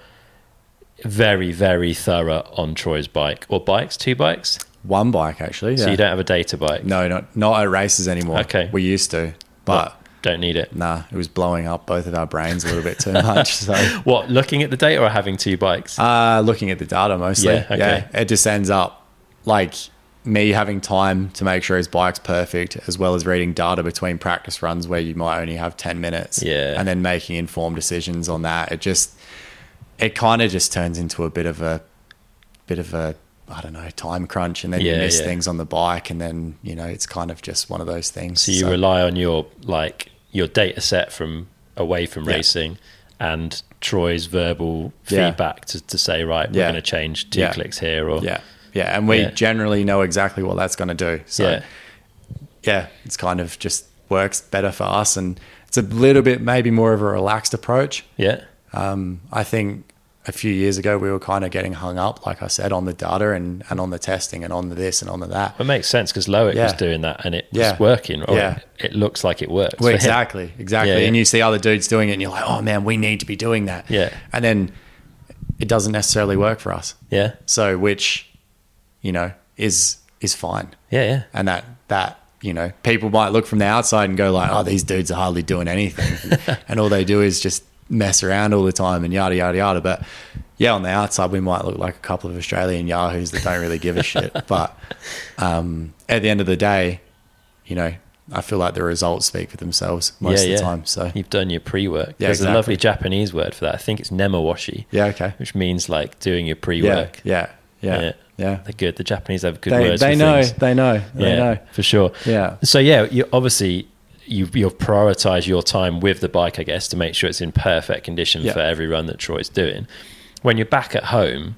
S1: very, very thorough on Troy's bike or bikes, two bikes.
S3: One bike actually. Yeah.
S1: So you don't have a data bike.
S3: no, not not at races anymore.
S1: Okay.
S3: We used to, but.
S1: Don't need it.
S3: Nah, it was blowing up both of our brains a little bit too much. So
S1: What, looking at the data or having two bikes?
S3: Uh, looking at the data mostly.
S1: Yeah,
S3: Yeah,
S1: okay.
S3: It just ends up like me having time to make sure his bike's perfect, as well as reading data between practice runs where you might only have 10 minutes.
S1: Yeah.
S3: And then making informed decisions on that. It just, it kind of just turns into a bit of a, bit of a, I don't know, time crunch. And then
S1: Yeah,
S3: you miss
S1: yeah.
S3: things on the bike. And then, you know, it's kind of just one of those things.
S1: so you rely on your, like, your data set from away from
S3: Yeah.
S1: racing and Troy's verbal
S3: Yeah.
S1: feedback to, to say, right, we're
S3: Yeah.
S1: going to change two
S3: Yeah.
S1: clicks here or.
S3: yeah. Yeah. And we
S1: Yeah.
S3: generally know exactly what that's going to do. So,
S1: Yeah.
S3: yeah, it's kind of just works better for us, and it's a little bit maybe more of a relaxed approach.
S1: Yeah.
S3: Um, I think a few years ago we were kind of getting hung up, like I said, on the data and and on the testing and on the this and on the that.
S1: It makes sense because Loic was
S3: Yeah.
S1: doing that and it
S3: Yeah.
S1: was working. Or
S3: Yeah.
S1: it, it looks like it works.
S3: Well,
S1: for him.
S3: exactly, exactly.
S1: Yeah, yeah.
S3: And you see other dudes doing it, and you're like, oh man, we need to be doing that.
S1: Yeah.
S3: and then it doesn't necessarily work for us.
S1: Yeah.
S3: So which, you know, is is fine.
S1: Yeah. Yeah.
S3: and that that you know people might look from the outside and go like oh these dudes are hardly doing anything and all they do is just mess around all the time and yada yada yada but yeah on the outside we might look like a couple of australian yahoos that don't really give a shit but um, at the end of the day you know i feel like the results speak for themselves most
S1: yeah,
S3: of
S1: yeah.
S3: the time so
S1: you've done your pre-work.
S3: Yeah,
S1: There's a
S3: exactly.
S1: lovely Japanese word for that. I think it's nemawashi.
S3: Yeah, okay.
S1: Which means like doing your
S3: yeah,
S1: pre-work.
S3: yeah yeah yeah
S1: They're good. The Japanese have good
S3: they,
S1: words.
S3: they
S1: for
S3: know
S1: things.
S3: they know they
S1: yeah,
S3: know
S1: for sure.
S3: Yeah.
S1: So yeah, you obviously you you'll prioritize your time with the bike, I guess, to make sure it's in perfect condition
S3: Yeah.
S1: for every run that Troy's doing. When you're back at home,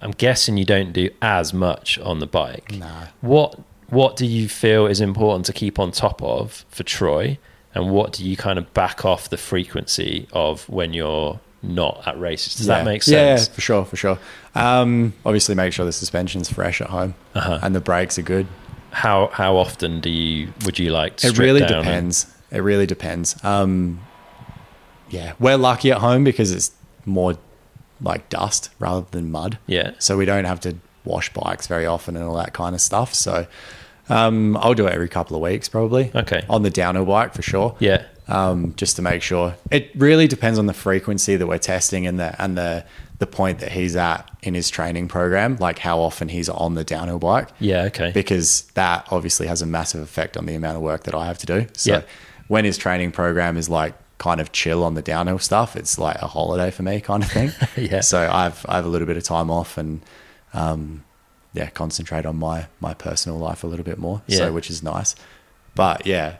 S1: I'm guessing you don't do as much on the bike.
S3: Nah.
S1: What what do you feel is important to keep on top of for Troy, and what do you kind of back off the frequency of when you're not at races? Does that
S3: Yeah.
S1: make
S3: Yeah,
S1: sense?
S3: Yeah, for sure, for sure. Um, obviously, make sure the suspension's fresh at home
S1: Uh-huh.
S3: and the brakes are good.
S1: How how often do you would you like? To
S3: it
S1: strip
S3: really
S1: down eh? and-
S3: depends. It really depends. Um, yeah, we're lucky at home because it's more like dust rather than mud.
S1: Yeah.
S3: So we don't have to wash bikes very often and all that kind of stuff. So um, I'll do it every couple of weeks probably.
S1: Okay.
S3: On the downhill bike for sure.
S1: Yeah.
S3: Um, just to make sure. It really depends on the frequency that we're testing and the and the the point that he's at in his training program, like how often he's on the downhill bike
S1: Yeah. Okay.
S3: because that obviously has a massive effect on the amount of work that I have to do. So
S1: Yeah.
S3: when his training program is like kind of chill on the downhill stuff, it's like a holiday for me kind of thing.
S1: Yeah.
S3: So I've I have a little bit of time off and um yeah, concentrate on my my personal life a little bit more.
S1: Yeah.
S3: So which is nice. But yeah,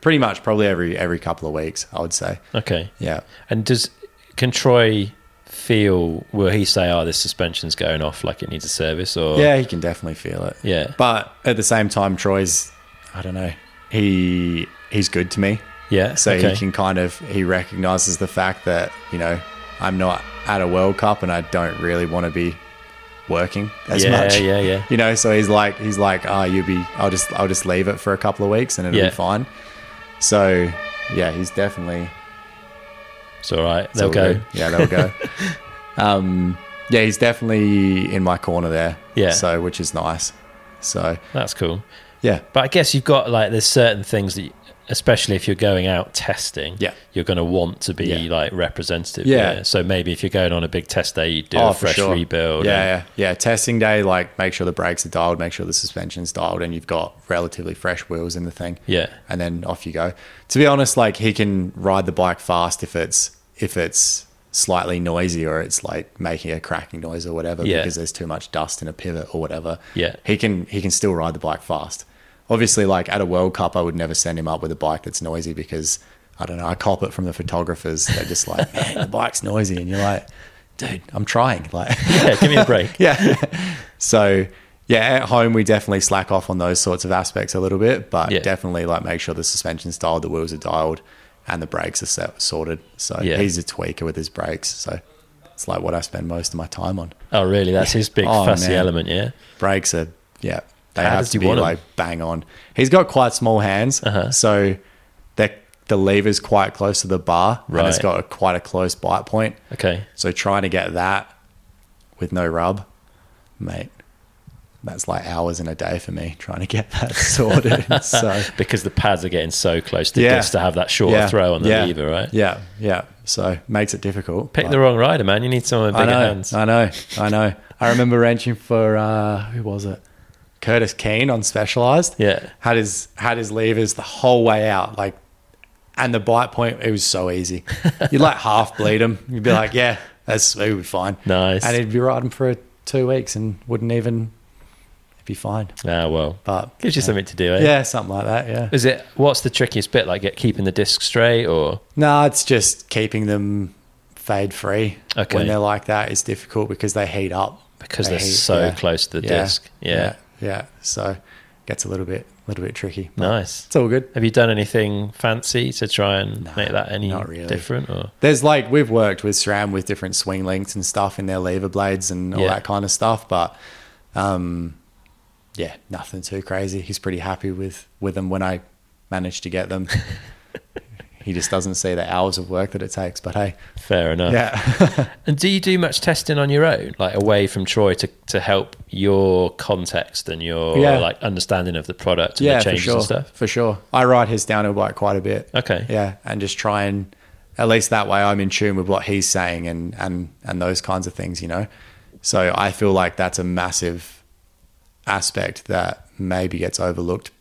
S3: pretty much probably every every couple of weeks, I would say.
S1: Okay.
S3: Yeah.
S1: And does can Troy feel? Will he say, "Oh, this suspension's going off, like it needs a service"? Or
S3: Yeah, he can definitely feel it.
S1: Yeah.
S3: But at the same time, Troy's I don't know. He he's good to me.
S1: yeah.
S3: So
S1: okay.
S3: he can kind of he recognizes the fact that you know I'm not at a World Cup and I don't really want to be working as
S1: Yeah,
S3: much.
S1: yeah, yeah.
S3: You know, so he's like he's like, ah, you'll be. I'll just I'll just leave it for a couple of weeks and it'll
S1: Yeah.
S3: be fine. So yeah, he's definitely
S1: It's all right. They'll
S3: it's
S1: go.
S3: all good. Yeah, they'll go. um, yeah, he's definitely in my corner there.
S1: Yeah.
S3: So which is nice. So
S1: That's cool.
S3: yeah,
S1: But I guess you've got like there's certain things that, you, especially if you're going out testing,
S3: Yeah.
S1: you're going to want to be
S3: Yeah.
S1: like representative.
S3: Yeah. Oh,
S1: So maybe if you're going on a big test day, you do a
S3: for
S1: fresh rebuild.
S3: Yeah,
S1: and-
S3: yeah, yeah. Testing day, like make sure the brakes are dialed, make sure the suspension's dialed, and you've got relatively fresh wheels in the thing.
S1: Yeah.
S3: and then off you go. To be honest, like he can ride the bike fast if it's if it's slightly noisy or it's like making a cracking noise or whatever
S1: Yeah.
S3: because there's too much dust in a pivot or whatever.
S1: Yeah.
S3: he can he can still ride the bike fast. Obviously, like at a World Cup, I would never send him up with a bike that's noisy because. I don't know. I cop it from the photographers. They're just like, man, the bike's noisy. And you're like, dude, I'm trying. Like,
S1: Yeah, give me a break.
S3: yeah. so yeah, at home we definitely slack off on those sorts of aspects a little bit, but
S1: Yeah.
S3: definitely like make sure the suspension's dialed, the wheels are dialed, and the brakes are set, sorted. So
S1: Yeah.
S3: he's a tweaker with his brakes, so it's like what I spend most of my time on.
S1: Oh, really? That's his big
S3: Oh,
S1: fussy
S3: man.
S1: element. Yeah.
S3: Brakes are yeah, they
S1: How
S3: have
S1: does
S3: to
S1: he
S3: be
S1: want 'em? Uh-huh.
S3: like bang on. He's got quite small hands, so the the lever's quite close to the bar, and it's
S1: Right.
S3: got a, quite a close bite point.
S1: Okay.
S3: So trying to get that with no rub, mate, that's like hours in a day for me trying to get that sorted. so
S1: Because the pads are getting so close to
S3: Yeah.
S1: this to have that shorter throw on the
S3: yeah,
S1: lever, right?
S3: Yeah, yeah. So makes it difficult.
S1: Pick
S3: but-
S1: the wrong rider, man. You need someone with
S3: I
S1: bigger
S3: know,
S1: hands.
S3: I know, I know. I remember wrenching for uh, who was it? Curtis Keane on Specialized.
S1: Yeah.
S3: had his had his levers the whole way out, like, and the bite point. It was so easy. You'd like half bleed him. You'd be like, yeah, that's it would be fine.
S1: Nice.
S3: And he'd be riding for two weeks and wouldn't even it'd be fine.
S1: Ah, well,
S3: But
S1: gives you something to do. Eh?
S3: yeah, something like that. Yeah.
S1: Is it? What's the trickiest bit? Like get, keeping the disc straight, or
S3: No, it's just keeping them fade free.
S1: Okay.
S3: When they're like that, it's difficult because they heat up.
S1: because
S3: They
S1: they're
S3: heat-
S1: so
S3: yeah.
S1: close to the
S3: Yeah.
S1: disc. Yeah.
S3: yeah, yeah. So gets a little bit, little bit tricky. but
S1: Nice.
S3: It's all good.
S1: Have you done anything fancy to try and make that any
S3: not really.
S1: different? Or
S3: There's like we've worked with SRAM with different swing lengths and stuff in their lever blades and all
S1: Yeah.
S3: that kind of stuff, but um, yeah, nothing too crazy. He's pretty happy with with them when I manage to get them. he just doesn't see the hours of work that it takes, but hey,
S1: fair enough.
S3: yeah.
S1: And do you do much testing on your own, like away from Troy, to to help your context and your
S3: Yeah.
S1: like understanding of the product and
S3: yeah,
S1: the
S3: for
S1: changes
S3: sure,
S1: and stuff?
S3: for sure. I ride his downhill bike quite a bit.
S1: Okay.
S3: yeah, and just try and at least that way I'm in tune with what he's saying and and and those kinds of things, you know. So I feel like that's a massive aspect that maybe gets overlooked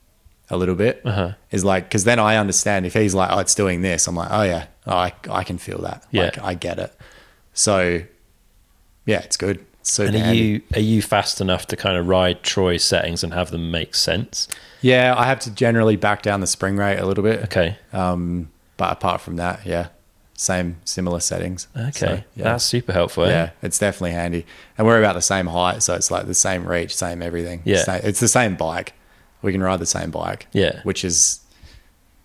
S3: a little bit.
S1: Uh-huh.
S3: Is like because then I understand if he's like, oh, it's doing this. I'm like, oh yeah, oh, I I can feel that.
S1: Yeah.
S3: Like I get it. So yeah, it's good. It's Super
S1: And are
S3: handy.
S1: you are you fast enough to kind of ride Troy's settings and have them make sense?
S3: yeah, I have to generally back down the spring rate a little bit.
S1: Okay.
S3: Um, but apart from that, yeah, same similar settings.
S1: Okay.
S3: So, yeah.
S1: That's super helpful. eh?
S3: yeah, it's definitely handy. And we're about the same height, so it's like the same reach, same everything.
S1: Yeah.
S3: Sa- it's the same bike. We can ride the same bike.
S1: Yeah.
S3: which is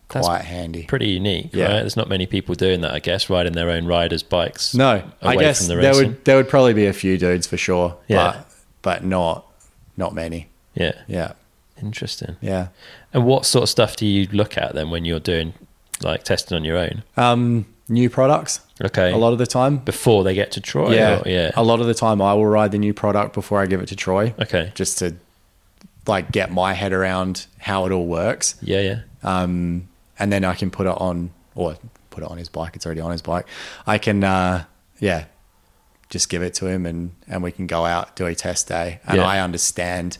S1: That's
S3: quite handy.
S1: Pretty unique,
S3: Yeah.
S1: right? There's not many people doing that, I guess, riding their own riders' bikes.
S3: no, I
S1: away
S3: guess
S1: from the
S3: there
S1: racing.
S3: would there would probably be a few dudes for sure.
S1: Yeah.
S3: but but not not many.
S1: Yeah.
S3: Yeah,
S1: Interesting.
S3: yeah.
S1: And what sort of stuff do you look at then when you're doing like testing on your own?
S3: Um, new products
S1: Okay.
S3: a lot of the time.
S1: before they get to Troy.
S3: yeah,
S1: or- yeah.
S3: A lot of the time, I will ride the new product before I give it to Troy.
S1: Okay.
S3: just to like get my head around how it all works.
S1: Yeah, yeah.
S3: um, and then I can put it on or put it on his bike. It's already on his bike. I can, uh, yeah, just give it to him and, and we can go out, do a test day. And
S1: Yeah.
S3: I understand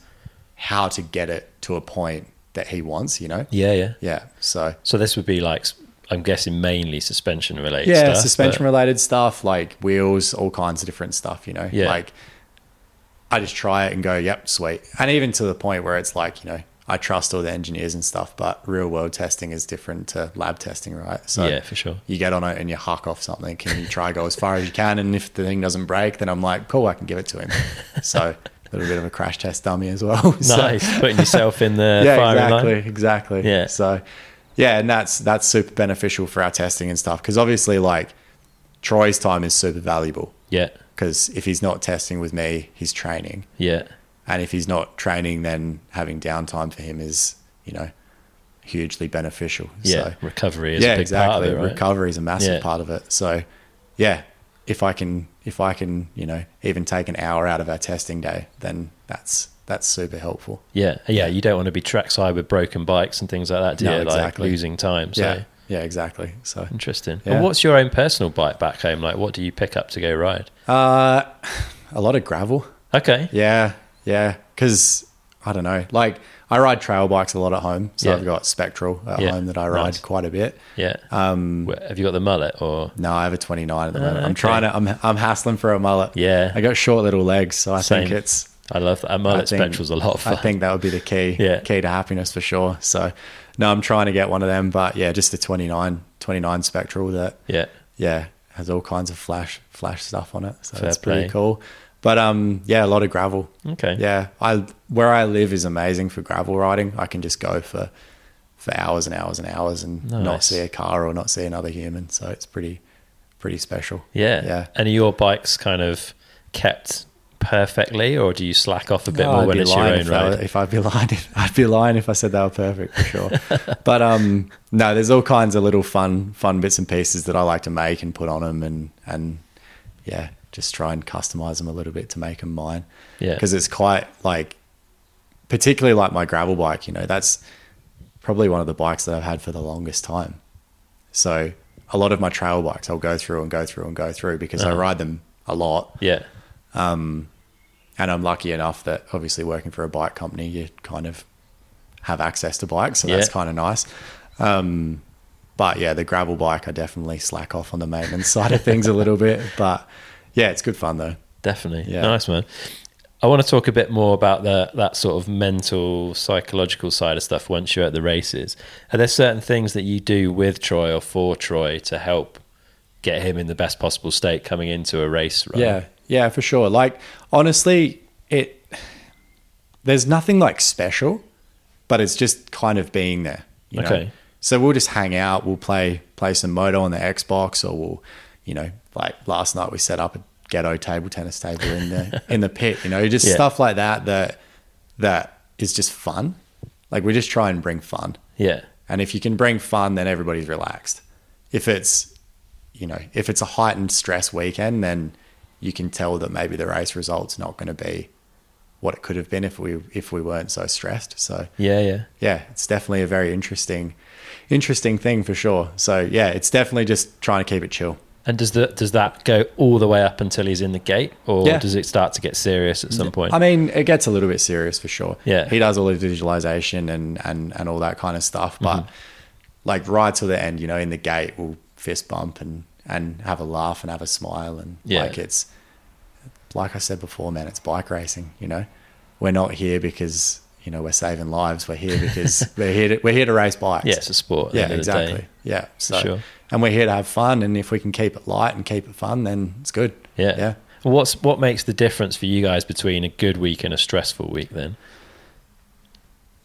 S3: how to get it to a point that he wants, you know?
S1: Yeah, yeah.
S3: Yeah. So,
S1: So this would be like, I'm guessing mainly suspension related.
S3: yeah,
S1: stuff,
S3: suspension
S1: but-
S3: related stuff like wheels, all kinds of different stuff, you know?
S1: Yeah.
S3: Like I just try it and go, yep, sweet. And even to the point where it's like, you know, I trust all the engineers and stuff, but real world testing is different to lab testing, right? So
S1: Yeah, for sure.
S3: you get on it and you huck off something and you try to go as far as you can. And if the thing doesn't break, then I'm like, cool, I can give it to him. So a little bit of a crash test dummy as well. So-
S1: Nice. Putting yourself in the
S3: yeah,
S1: firing
S3: exactly,
S1: line.
S3: exactly.
S1: Yeah.
S3: So, yeah, and that's that's super beneficial for our testing and stuff because obviously, like Troy's time is super valuable
S1: Yeah,
S3: because if he's not testing with me, he's training,
S1: yeah,
S3: and if he's not training, then having downtime for him is you know hugely beneficial.
S1: yeah.
S3: So,
S1: Recovery is a big part of it, right?
S3: Recovery is a massive
S1: Yeah.
S3: part of it. So, yeah, if I can, if I can, you know, even take an hour out of our testing day, then that's that's super helpful.
S1: Yeah, yeah. You don't want to be trackside with broken bikes and things like that, do
S3: No,
S1: you?
S3: exactly.
S1: Like losing time. So
S3: Yeah, yeah, exactly. So,
S1: interesting.
S3: Yeah.
S1: And what's your own personal bike back home? Like, what do you pick up to go ride?
S3: uh, a lot of gravel.
S1: Okay.
S3: Yeah, yeah, because I don't know, like I ride trail bikes a lot at home, so
S1: Yeah.
S3: I've got Spectral at
S1: Yeah,
S3: home that I ride
S1: nice.
S3: quite a bit.
S1: Yeah.
S3: Um,
S1: Wh- Have you got the mullet or?
S3: no, I have a 29 at the
S1: Ah,
S3: moment. I'm
S1: okay.
S3: trying to, I'm, I'm hassling for a mullet.
S1: Yeah.
S3: I got short little legs, so I think
S1: Same.
S3: it's
S1: I love that. A mullet
S3: think-
S1: spectral's a lot of fun.
S3: I think that would be the key,
S1: Yeah.
S3: key to happiness for sure. So, no, I'm trying to get one of them, but yeah, just a 29, 29 Spectral that,
S1: Yeah.
S3: yeah, has all kinds of flash, flash stuff on it. So
S1: Fair
S3: that's pretty
S1: play.
S3: cool. But um, yeah, a lot of gravel.
S1: Okay.
S3: Yeah, I where I live is amazing for gravel riding. I can just go for for hours and hours and hours and not
S1: Nice.
S3: see a car or not see another human. So it's pretty pretty special.
S1: Yeah.
S3: yeah.
S1: And are your bikes kind of kept perfectly, or do you slack off a bit
S3: Oh,
S1: more
S3: I'd
S1: when
S3: be
S1: it's your
S3: lying
S1: own
S3: if I-
S1: ride?
S3: If I'd be lying, I'd be lying if I said they were perfect for sure. but um, no, there's all kinds of little fun fun bits and pieces that I like to make and put on them and and yeah, just try and customize them a little bit to make them mine.
S1: Yeah.
S3: because it's quite like, particularly like my gravel bike. You know, that's probably one of the bikes that I've had for the longest time. So a lot of my trail bikes, I'll go through and go through and go through because
S1: Uh-huh.
S3: I ride them a lot.
S1: Yeah.
S3: And I'm lucky enough that obviously working for a bike company, you kind of have access to bikes. So that's
S1: Yeah.
S3: kind of nice. Um, but yeah, the gravel bike, I definitely slack off on the maintenance side of things a little bit. But yeah, it's good fun though.
S1: Definitely.
S3: Yeah.
S1: Nice man. I want to talk a bit more about the, that sort of mental, psychological side of stuff once you're at the races. Are there certain things that you do with Troy or for Troy to help get him in the best possible state coming into a race? Run?
S3: Yeah, yeah, for sure. Like honestly, it there's nothing like special, but it's just kind of being there. You know?
S1: Okay.
S3: So we'll just hang out. We'll play play some Moto on the Xbox, or we'll, you know, like last night we set up a ghetto table tennis table in the in the pit. You know, just
S1: Yeah.
S3: stuff like that that that is just fun. Like we just try and bring fun.
S1: Yeah.
S3: And if you can bring fun, then everybody's relaxed. If it's, you know, if it's a heightened stress weekend, then you can tell that maybe the race result's not going to be what it could have been if we if we weren't so stressed. So
S1: Yeah. Yeah.
S3: yeah, it's definitely a very interesting, interesting thing for sure. So yeah, it's definitely just trying to keep it chill.
S1: And does that does that go all the way up until he's in the gate, or
S3: Yeah.
S1: does it start to get serious at some point?
S3: I mean, it gets a little bit serious for sure.
S1: Yeah.
S3: He does all the visualization and, and, and all that kind of stuff. But
S1: Mm-hmm.
S3: like right till the end, you know, in the gate, we'll fist bump and, and have a laugh and have a smile. And
S1: Yeah.
S3: like it's like I said before, man, it's bike racing. You know, we're not here because you know we're saving lives. We're here because we're here. To, we're here to race bikes.
S1: Yeah, it's a sport at the
S3: Yeah,
S1: end of the day.
S3: exactly. Yeah, so
S1: sure.
S3: and we're here to have fun. And if we can keep it light and keep it fun, then it's good.
S1: Yeah.
S3: yeah.
S1: What's what makes the difference for you guys between a good week and a stressful week then?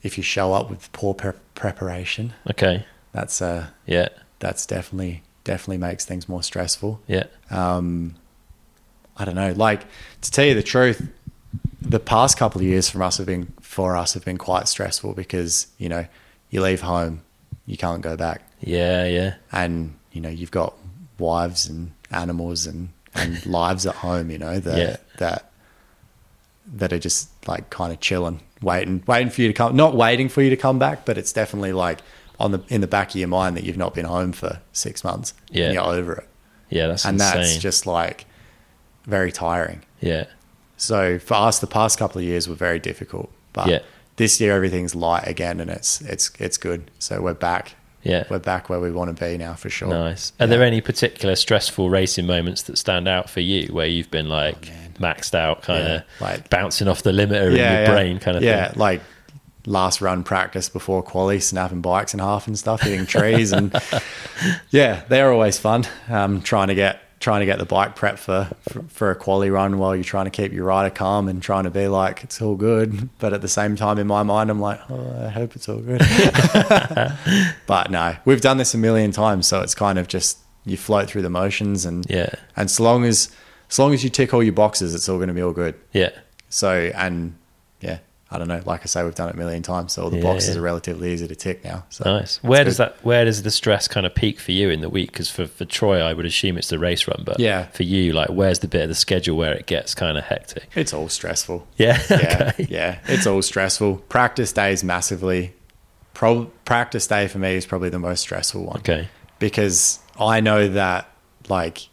S3: If you show up with poor pre- preparation,
S1: Okay.
S3: that's uh,
S1: Yeah.
S3: that's definitely definitely makes things more stressful.
S1: Yeah.
S3: I don't know. Like to tell you the truth, the past couple of years from us have been for us have been quite stressful because you know you leave home, you can't go back,
S1: Yeah, yeah.
S3: and you know you've got wives and animals and and lives at home. You know that
S1: Yeah.
S3: that that are just like kind of chilling, waiting, waiting for you to come. Not waiting for you to come back, but it's definitely like on the in the back of your mind that you've not been home for six months. and
S1: Yeah.
S3: you're over it,
S1: Yeah, that's
S3: and
S1: insane.
S3: that's just like very tiring.
S1: yeah.
S3: So for us, the past couple of years were very difficult, but
S1: Yeah.
S3: this year everything's light again, and it's it's it's good. So we're back.
S1: Yeah.
S3: we're back where we want to be now for sure.
S1: Nice. Are there any particular stressful racing moments that stand out for you where you've been like maxed out kind of
S3: Oh, Yeah, like-
S1: bouncing off the limiter in your brain kind of
S3: yeah,
S1: thing?
S3: like last run practice before quali, snapping bikes in half and stuff, hitting trees, and yeah, they're always fun. Um, trying to get trying to get the bike prep for, for for a quali run while you're trying to keep your rider calm and trying to be like it's all good, but at the same time in my mind I'm like, oh, I hope it's all good. but no, we've done this a million times, so it's kind of just you float through the motions and
S1: Yeah.
S3: and so long as as long as you tick all your boxes, it's all going to be all good.
S1: Yeah.
S3: So and yeah, I don't know. Like I say, we've done it a million times, so all the
S1: Yeah,
S3: boxes
S1: yeah.
S3: are relatively easy to tick now. So
S1: Nice. Where
S3: it's
S1: does that where does the stress kind of peak for you in the week? Because for, for Troy, I would assume it's the race run, but
S3: Yeah.
S1: for you, like, where's the bit of the schedule where it gets kind of hectic?
S3: It's all stressful.
S1: Yeah.
S3: Yeah,
S1: okay.
S3: yeah, it's all stressful. Practice days massively. Prob- practice day for me is probably the most stressful one.
S1: Okay.
S3: because I know that like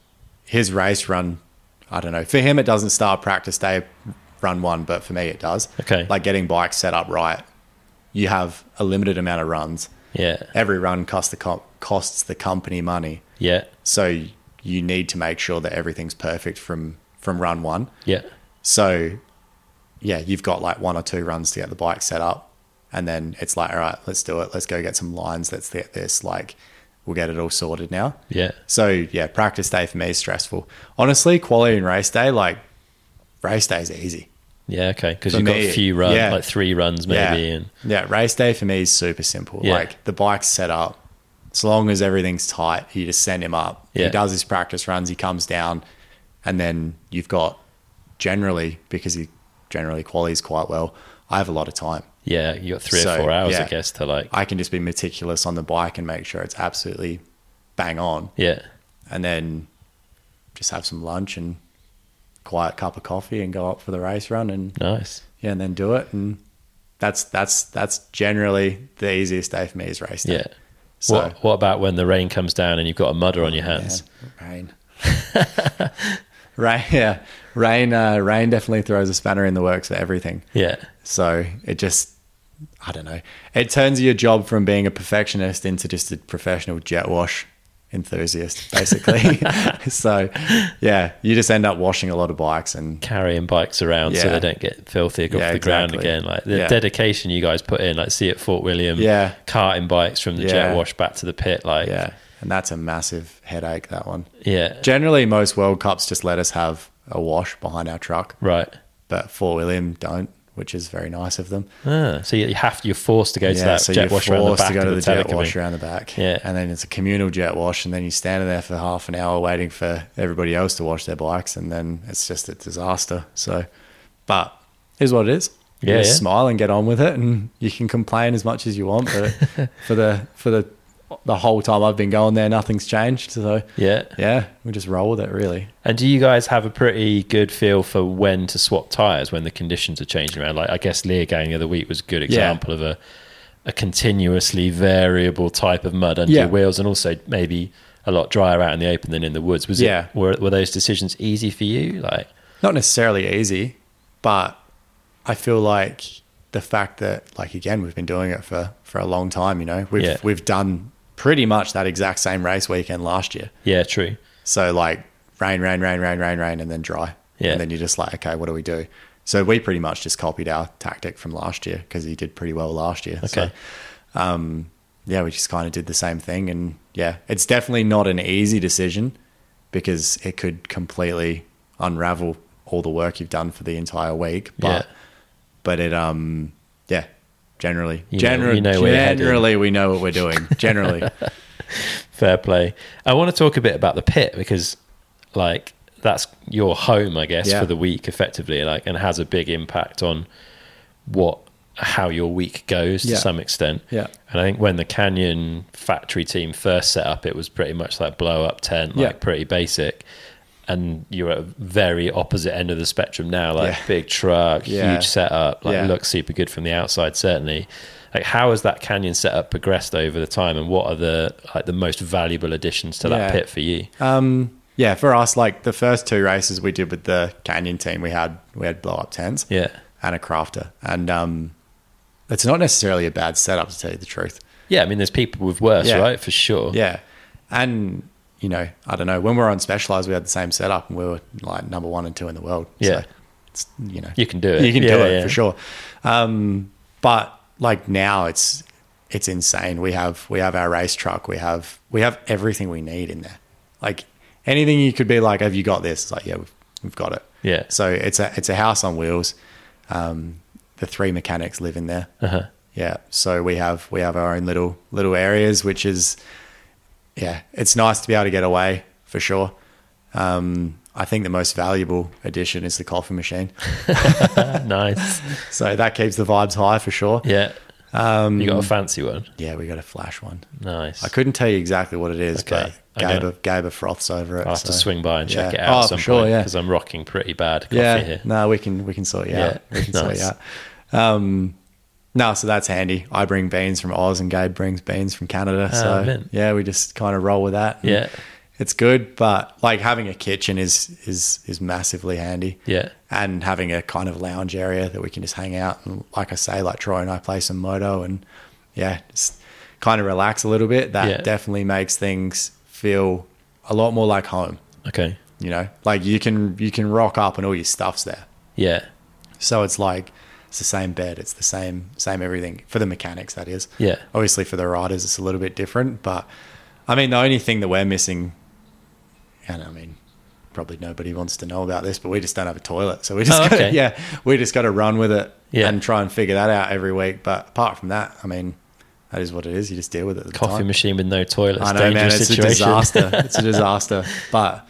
S3: his race run, I don't know. For him, it doesn't start practice day run one, but for me, it does.
S1: Okay.
S3: like getting bikes set up right. You have a limited amount of runs.
S1: Yeah.
S3: Every run costs the comp- costs the company money,
S1: Yeah.
S3: so you need to make sure that everything's perfect from from run one.
S1: Yeah.
S3: So, yeah, you've got like one or two runs to get the bike set up. And then it's like, all right, let's do it. Let's go get some lines. Let's get this. Like, we'll get it all sorted now.
S1: Yeah.
S3: So, yeah, practice day for me is stressful. Honestly, quality and race day, like, race day is easy.
S1: Yeah. Okay. Because
S3: For
S1: you've got
S3: me,
S1: a few runs,
S3: yeah.
S1: like three runs maybe,
S3: Yeah.
S1: and
S3: yeah, race day for me is super simple.
S1: Yeah.
S3: Like, the bike's set up. As long as everything's tight, you just send him up.
S1: Yeah.
S3: He does his practice runs, he comes down, and then you've got generally, because he generally qualies quite well, I have a lot of time.
S1: yeah, you got three or
S3: So,
S1: four hours, I
S3: yeah.
S1: guess, to like,
S3: I can just be meticulous on the bike and make sure it's absolutely bang on,
S1: yeah,
S3: and then just have some lunch and quiet cup of coffee and go up for the race run and
S1: nice.
S3: yeah, and then do it. And that's that's that's generally the easiest day for me is race day.
S1: Yeah.
S3: So
S1: what What about when the rain comes down and you've got a mudder on your hands?
S3: yeah, rain. rain yeah. Rain uh, rain definitely throws a spanner in the works for everything.
S1: Yeah.
S3: So it just, I don't know. It turns your job from being a perfectionist into just a professional jet wash enthusiast, basically. so, yeah, you just end up washing a lot of bikes and
S1: Carrying bikes around so
S3: Yeah.
S1: they don't get filthy off
S3: Yeah,
S1: the ground
S3: exactly.
S1: again. Like the
S3: Yeah.
S1: dedication you guys put in, like see at Fort William,
S3: Yeah.
S1: carting bikes from the
S3: Yeah.
S1: jet wash back to the pit. Like,
S3: yeah, and that's a massive headache, that one.
S1: yeah,
S3: Generally, most World Cups just let us have a wash behind our truck,
S1: right.
S3: but Fort William don't, which is very nice of them.
S1: Ah, so you you have to, you're forced to go to
S3: Yeah,
S1: that
S3: so
S1: jet
S3: you're
S1: wash
S3: forced
S1: around the back
S3: to go
S1: of
S3: to the,
S1: the,
S3: jet
S1: telecom.
S3: wash around the back.
S1: Yeah.
S3: And then it's a communal jet wash, and then you're standing there for half an hour waiting for everybody else to wash their bikes, and then it's just a disaster. So, but here's what it is. You
S1: Yeah,
S3: just
S1: yeah.
S3: smile and get on with it, and you can complain as much as you want, but for the for the the whole time I've been going there, nothing's changed. So
S1: Yeah.
S3: yeah, we just roll with it, really.
S1: And do you guys have a pretty good feel for when to swap tires when the conditions are changing around? Like I guess Lear Gang the other week was a good example of a a continuously variable type of mud under
S3: Yeah.
S1: your wheels, and also maybe a lot drier out in the open than in the woods. Was
S3: Yeah.
S1: it were were those decisions easy for you? Like
S3: not necessarily easy, but I feel like the fact that like again we've been doing it for for a long time, you know. We've
S1: Yeah.
S3: we've done pretty much that exact same race weekend last year.
S1: yeah, true.
S3: So like rain, rain, rain, rain, rain, rain and then dry.
S1: Yeah.
S3: And then you're just like, okay, what do we do? So we pretty much just copied our tactic from last year because he did pretty well last year.
S1: Okay.
S3: So, um, yeah, we just kind of did the same thing. And yeah, it's definitely not an easy decision because it could completely unravel all the work you've done for the entire week. But,
S1: Yeah.
S3: but it, um, yeah, generally,
S1: You know-
S3: generally,
S1: you know where you're heading.
S3: generally, we know what we're doing. Generally.
S1: Fair play. I want to talk a bit about the pit because, like, that's your home, I guess,
S3: Yeah.
S1: for the week, effectively, like, and has a big impact on what how your week goes
S3: Yeah.
S1: to some extent.
S3: Yeah.
S1: And I think when the Canyon factory team first set up, it was pretty much like blow up tent, like
S3: Yeah.
S1: pretty basic. And you're at a very opposite end of the spectrum now, like
S3: Yeah.
S1: big truck,
S3: Yeah.
S1: huge setup, like
S3: Yeah.
S1: looks super good from the outside, certainly. Like, how has that canyon setup progressed over the time, and what are the like the most valuable additions to that
S3: Yeah.
S1: pit for you?
S3: Um, yeah, for us, like the first two races we did with the Canyon team, we had we had blow up tents,
S1: Yeah.
S3: and a crafter, and um, it's not necessarily a bad setup to tell you the truth.
S1: Yeah, I mean, there's people with worse,
S3: Yeah.
S1: right? For sure.
S3: Yeah, and you know, I don't know. When we were on Specialized, we had the same setup, and we were like number one and two in the world.
S1: Yeah.
S3: so it's you know
S1: You can do it.
S3: You can do
S1: Yeah,
S3: it
S1: yeah.
S3: for sure. Um, but like now, it's it's insane. We have we have our race truck. We have we have everything we need in there. Like anything you could be like, have you got this? It's like yeah, we've, we've got it.
S1: Yeah.
S3: So it's a it's a house on wheels. Um, the three mechanics live in there.
S1: Uh-huh.
S3: Yeah. So we have we have our own little little areas, which is yeah, it's nice to be able to get away for sure. Um, I think the most valuable addition is the coffee machine.
S1: nice.
S3: So that keeps the vibes high for sure.
S1: Yeah.
S3: Um,
S1: You got a fancy one.
S3: yeah, we got a flash one.
S1: Nice.
S3: I couldn't tell you exactly what it is,
S1: Okay,
S3: but
S1: I'm
S3: Gabe,
S1: gonna-
S3: Gabe froths over it.
S1: I'll have to
S3: so,
S1: swing by and check
S3: yeah.
S1: it out
S3: Oh,
S1: at some
S3: for sure,
S1: point
S3: yeah.
S1: because I'm rocking pretty bad coffee
S3: yeah,
S1: here.
S3: no, we can we can sort you out.
S1: Yeah,
S3: We can sort
S1: nice.
S3: you out. Um, no, so that's handy. I bring beans from Oz, and Gabe brings beans from Canada.
S1: Ah,
S3: so
S1: mint.
S3: yeah, we just kind of roll with that. and
S1: Yeah.
S3: it's good, but like having a kitchen is is is massively handy.
S1: Yeah.
S3: and having a kind of lounge area that we can just hang out and, like I say, like Troy and I play some moto and yeah, just kind of relax a little bit. That
S1: Yeah.
S3: definitely makes things feel a lot more like home.
S1: Okay.
S3: You know, like you can you can rock up and all your stuff's there.
S1: Yeah.
S3: So it's like it's the same bed, it's the same same everything for the mechanics. That is,
S1: Yeah.
S3: Obviously for the riders, it's a little bit different. But I mean, the only thing that we're missing, and I mean, probably nobody wants to know about this, but we just don't have a toilet, so we just
S1: Oh,
S3: gotta,
S1: okay.
S3: yeah, we just got to run with it
S1: Yeah.
S3: and try and figure that out every week. But apart from that, I mean, that is what it is. You just deal with it. At the
S1: Coffee
S3: time.
S1: machine with no toilet.
S3: I
S1: It's
S3: know, man.
S1: dangerous
S3: It's
S1: situation.
S3: a disaster. It's a disaster. but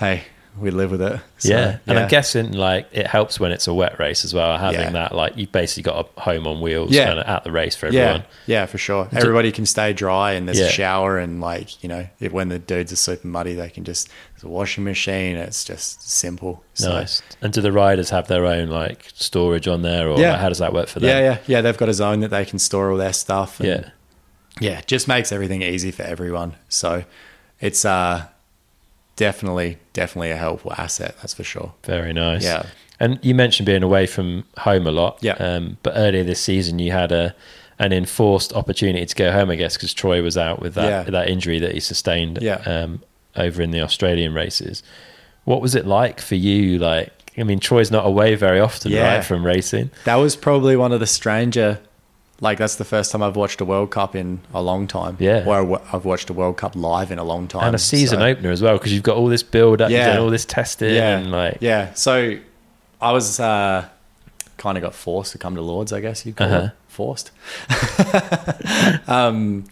S3: hey, we live with it. So,
S1: yeah. And I'm guessing like it helps when it's a wet race as well, having
S3: Yeah.
S1: that like you've basically got a home on wheels
S3: Yeah.
S1: kind of at the race for
S3: Yeah,
S1: everyone.
S3: yeah, for sure. Everybody can stay dry, and there's
S1: Yeah.
S3: a shower, and like you know, if, when the dudes are super muddy, they can just there's a washing machine. It's just simple. So,
S1: Nice. And do the riders have their own like storage on there or
S3: Yeah.
S1: like, how does that work for them?
S3: Yeah, yeah, yeah. They've got a zone that they can store all their stuff. and-
S1: Yeah.
S3: yeah, just makes everything easy for everyone. So it's uh definitely definitely a helpful asset. That's for sure.
S1: Very nice.
S3: Yeah.
S1: And you mentioned being away from home a lot.
S3: Yeah.
S1: Um, but earlier this season, you had a an enforced opportunity to go home, I guess, because Troy was out with that
S3: Yeah.
S1: that injury that he sustained
S3: Yeah.
S1: um, over in the Australian races. What was it like for you? Like, I mean, Troy's not away very often,
S3: Yeah.
S1: right, from racing.
S3: That was probably one of the stranger. Like that's the first time I've watched a World Cup in a long time.
S1: Yeah.
S3: or i w- I've watched a World Cup live in a long time.
S1: and a season
S3: so-
S1: opener as well, because you've got all this build up,
S3: Yeah.
S1: you're doing all this testing, and like,
S3: yeah. So I was uh, kind of got forced to come to Lords, I guess you'd call
S1: Uh-huh.
S3: it forced. um,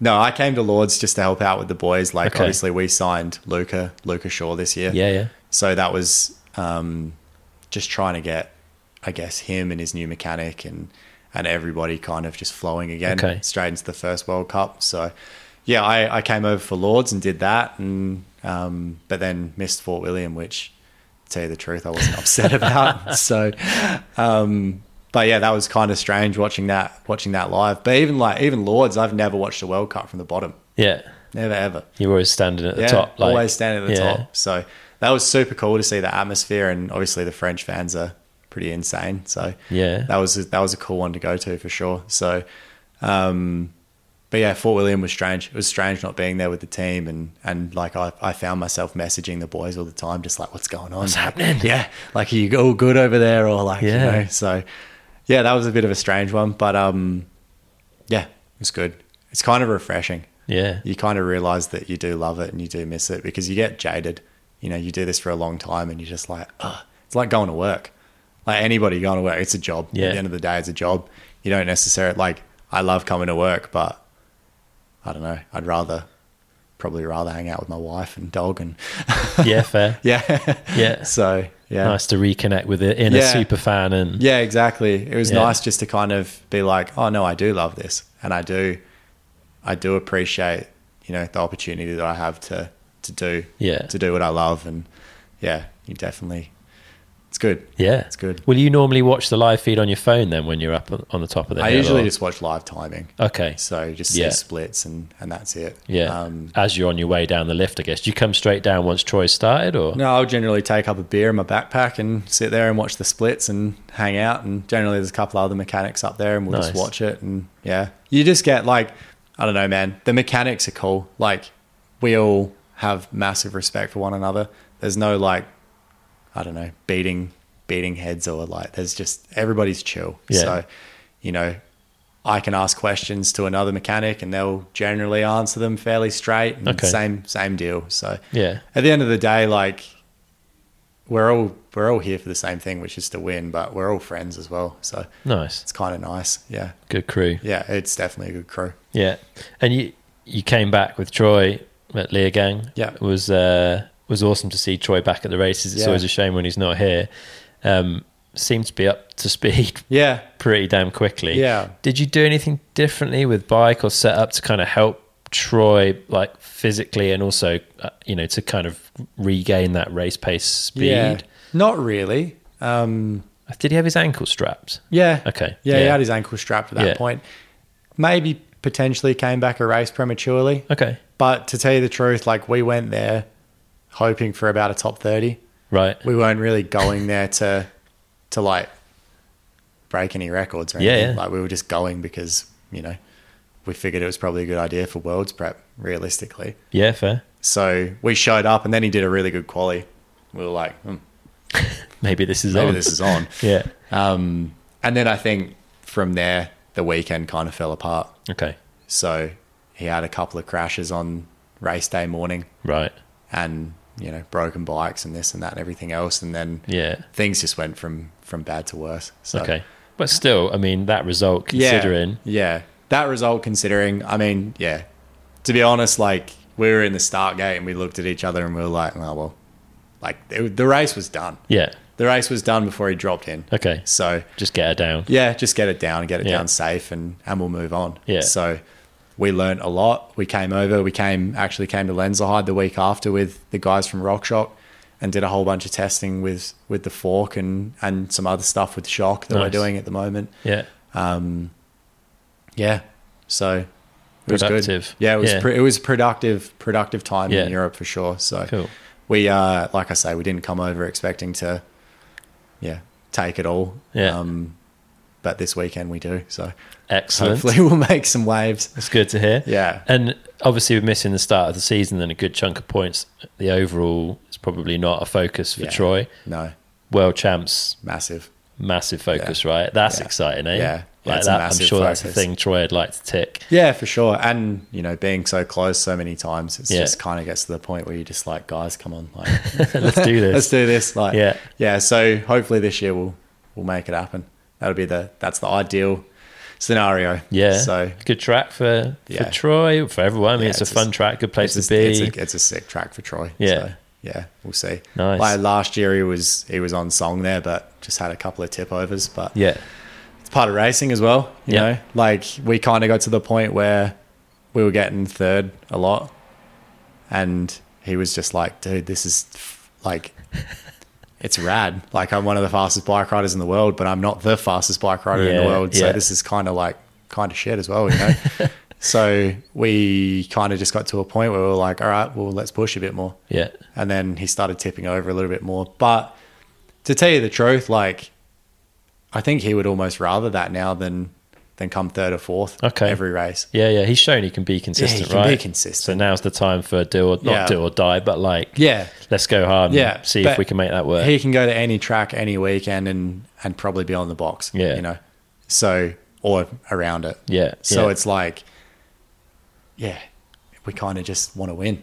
S3: no, I came to Lords just to help out with the boys. Like
S1: Okay.
S3: obviously we signed Luca Luca Shaw this year.
S1: yeah, yeah,
S3: So that was um, just trying to get, I guess, him and his new mechanic and and everybody kind of just flowing again
S1: Okay.
S3: straight into the first World Cup. So yeah, I, I came over for Lords and did that, and um, but then missed Fort William, which to tell you the truth, I wasn't upset about. So. Um, but yeah, that was kind of strange watching that watching that live. But even like even Lords, I've never watched a World Cup from the bottom,
S1: yeah.
S3: never ever
S1: You're always standing at the top, like,
S3: always standing at the
S1: yeah.
S3: top. So that was super cool to see the atmosphere, and obviously the French fans are pretty insane. So
S1: Yeah.
S3: that was that was a cool one to go to for sure. So um, but yeah, Fort William was strange. It was strange not being there with the team, and and like I, I found myself messaging the boys all the time, just like what's going on,
S1: What's
S3: Like,
S1: happening?
S3: Yeah, like are you all good over there, or like
S1: Yeah.
S3: you know. So yeah, that was a bit of a strange one, but um, yeah, it was good. It's kind of refreshing.
S1: Yeah.
S3: You kind of realize that you do love it and you do miss it because you get jaded. You know, you do this for a long time, and you're just like, Ugh. it's like going to work. Like anybody going to work, it's a job.
S1: Yeah.
S3: At the end of the day, it's a job. You don't necessarily like. I love coming to work, but I don't know. I'd rather probably rather hang out with my wife and dog and
S1: Yeah, fair.
S3: yeah.
S1: Yeah.
S3: so yeah.
S1: Nice to reconnect with the inner
S3: Yeah.
S1: super fan and
S3: Yeah, exactly. It was
S1: Yeah.
S3: nice just to kind of be like, oh no, I do love this, and I do, I do appreciate you know the opportunity that I have to to do
S1: Yeah.
S3: to do what I love, and yeah, you definitely, it's good.
S1: yeah,
S3: It's good.
S1: Will you normally watch the live feed on your phone then when you're up on- on the top of the
S3: I
S1: hill?
S3: usually
S1: or-
S3: just watch live timing,
S1: okay,
S3: so just see
S1: Yeah.
S3: splits and and that's it.
S1: yeah.
S3: Um,
S1: As you're on your way down the lift, I guess. Do you come straight down once Troy started, or
S3: no, I'll generally take up a beer in my backpack and sit there and watch the splits and hang out. And generally, there's a couple other mechanics up there, and we'll just
S1: Nice.
S3: watch it. And yeah, you just get like, I don't know, man. The mechanics are cool. Like, we all have massive respect for one another. There's no like, I don't know, beating beating heads or like. There's just everybody's chill.
S1: Yeah.
S3: So, you know, I can ask questions to another mechanic, and they'll generally answer them fairly straight. And
S1: Okay.
S3: Same same deal. So
S1: Yeah.
S3: at the end of the day, like we're all we're all here for the same thing, which is to win, but we're all friends as well. So
S1: nice,
S3: it's kind of nice. Yeah,
S1: good crew.
S3: yeah, it's definitely a good crew.
S1: Yeah, and you you came back with Troy at Lear Gang.
S3: Yeah.
S1: it was uh, was awesome to see Troy back at the races. It's
S3: Yeah.
S1: always a shame when he's not here. Um, seemed to be up to speed
S3: Yeah,
S1: pretty damn quickly.
S3: Yeah.
S1: Did you do anything differently with bike or setup to kind of help Troy like physically and also uh, you know to kind of regain that race pace speed?
S3: yeah, not really. Um,
S1: Did he have his ankle strapped?
S3: yeah,
S1: Okay,
S3: Yeah, he
S1: yeah.
S3: had his ankle strapped at that
S1: Yeah.
S3: point. Maybe potentially came back a race prematurely.
S1: Okay.
S3: But to tell you the truth, like we went there hoping for about a top thirty.
S1: Right.
S3: we weren't really going there to to like break any records or
S1: Yeah,
S3: anything.
S1: yeah.
S3: Like we were just going because, you know, we figured it was probably a good idea for worlds prep, realistically.
S1: Yeah, fair.
S3: So we showed up and then he did a really good quali. We were like, hmm,
S1: Maybe this is
S3: maybe
S1: on.
S3: this is on.
S1: yeah.
S3: Um and then I think from there the weekend kind of fell apart.
S1: Okay.
S3: So he had a couple of crashes on race day morning
S1: Right.
S3: and, you know, broken bikes and this and that and everything else and then
S1: Yeah.
S3: things just went from from bad to worse. So,
S1: Okay. But still, I mean, that result
S3: yeah,
S1: considering.
S3: yeah, that result considering, I mean, yeah. To be honest, like we were in the start gate and we looked at each other and we were like, oh well, like it, the race was done.
S1: Yeah.
S3: The race was done before he dropped in.
S1: Okay.
S3: So
S1: Just get her down.
S3: yeah, just get it down, get it
S1: Yeah.
S3: down safe, and and we'll move on.
S1: Yeah.
S3: So we learnt a lot. We came over. We came actually came to Lenzerheide the week after with the guys from RockShock, and did a whole bunch of testing with with the fork and and some other stuff with shock that we're
S1: Nice.
S3: doing at the moment.
S1: Yeah.
S3: Yeah. So it was
S1: Productive.
S3: good. Yeah, it was
S1: Yeah.
S3: Pre- it was productive productive time
S1: Yeah.
S3: in Europe for sure. So
S1: Cool.
S3: we uh like I say, we didn't come over expecting to yeah, take it all.
S1: Yeah.
S3: Um but this weekend we do. So
S1: Excellent.
S3: hopefully we'll make some waves.
S1: That's good to hear.
S3: Yeah.
S1: And obviously, we're missing the start of the season and a good chunk of points. The overall is probably not a focus for
S3: Yeah.
S1: Troy.
S3: No.
S1: World champs,
S3: Massive.
S1: massive focus, right? That's
S3: Yeah.
S1: exciting, eh?
S3: Yeah. Yeah,
S1: Like
S3: it's a
S1: that, I'm
S3: massive
S1: sure that's the
S3: focus.
S1: thing Troy would like to tick.
S3: Yeah, for sure. And, you know, being so close so many times, it's
S1: Yeah.
S3: just kind of gets to the point where you're just like, guys, come on, like
S1: Let's do this.
S3: let's do this. Like,
S1: Yeah.
S3: yeah. So hopefully this year we'll we'll make it happen. That'll be the that's the ideal scenario.
S1: yeah.
S3: So
S1: good track for,
S3: Yeah.
S1: for Troy, for everyone. I mean,
S3: Yeah,
S1: it's,
S3: it's
S1: a
S3: a-
S1: fun track, good place
S3: it's
S1: to
S3: a,
S1: be.
S3: It's, a, it's a sick track for Troy.
S1: Yeah.
S3: So, yeah. We'll see.
S1: Nice.
S3: Like last year he was he was on song there, but just had a couple of tip overs. But
S1: yeah.
S3: it's part of racing as well. You
S1: Yeah.
S3: know, like we kind of got to the point where we were getting third a lot, and he was just like, "Dude, this is f- like, it's rad. Like, I'm one of the fastest bike riders in the world, but I'm not the fastest bike rider in
S1: Yeah,
S3: the world. So
S1: yeah.
S3: this is kind of like kind of shit as well, you know." so we kind of just got to a point where we were like, "All right, well, let's push a bit more."
S1: Yeah.
S3: and then he started tipping over a little bit more. But to tell you the truth, like I think he would almost rather that now than then come third or fourth.
S1: Okay.
S3: Every race.
S1: Yeah, yeah. He's shown he can be consistent,
S3: can be
S1: right?
S3: consistent.
S1: So now's the time for do or not
S3: Yeah.
S1: do or die, but like,
S3: Yeah.
S1: let's go hard. And
S3: Yeah.
S1: see if
S3: but
S1: we can make that work.
S3: He can go to any track any weekend and and probably be on the box.
S1: Yeah.
S3: You know. So or around it.
S1: Yeah,
S3: So
S1: yeah.
S3: it's like Yeah. We kinda just want to win.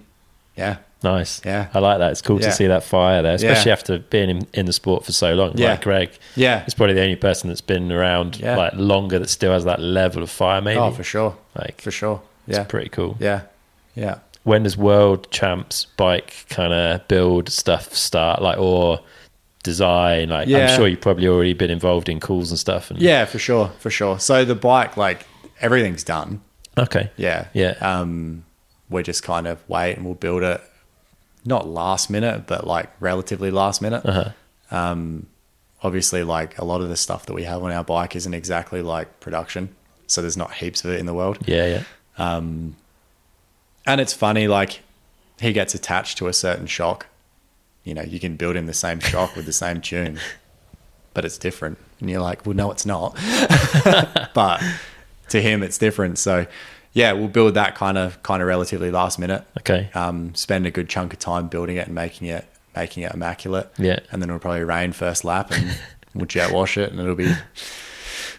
S3: Yeah.
S1: nice.
S3: Yeah.
S1: I like that. It's cool
S3: Yeah.
S1: to see that fire there, especially
S3: Yeah.
S1: after being in, in the sport for so long.
S3: Yeah.
S1: Like Greg,
S3: Yeah.
S1: it's probably the only person that's been around
S3: Yeah.
S1: like longer that still has that level of fire. Maybe.
S3: Oh for sure.
S1: Like,
S3: For sure.
S1: It's
S3: Yeah.
S1: pretty cool.
S3: yeah. Yeah.
S1: When does world champs bike kind of build stuff start? Like or design? Like I'm
S3: Yeah.
S1: sure you've probably already been involved in calls and stuff. And
S3: Yeah, for sure. For sure. So the bike, like everything's done.
S1: Okay.
S3: Yeah.
S1: Yeah.
S3: Um, we're just kind of wait and we'll build it, not last minute, but like relatively last minute. Um, obviously, like a lot of the stuff that we have on our bike isn't exactly like production. So there's not heaps of it in the world.
S1: Yeah. Yeah.
S3: And it's funny, like he gets attached to a certain shock. You know, you can build him the same shock with the same tune, but it's different. And you're like, well, no, it's not. but to him, it's different. So, yeah, we'll build that kind of kind of relatively last minute.
S1: Okay.
S3: Um, spend a good chunk of time building it and making it making it immaculate.
S1: Yeah.
S3: And then it'll probably rain first lap and we'll jet wash it and it'll be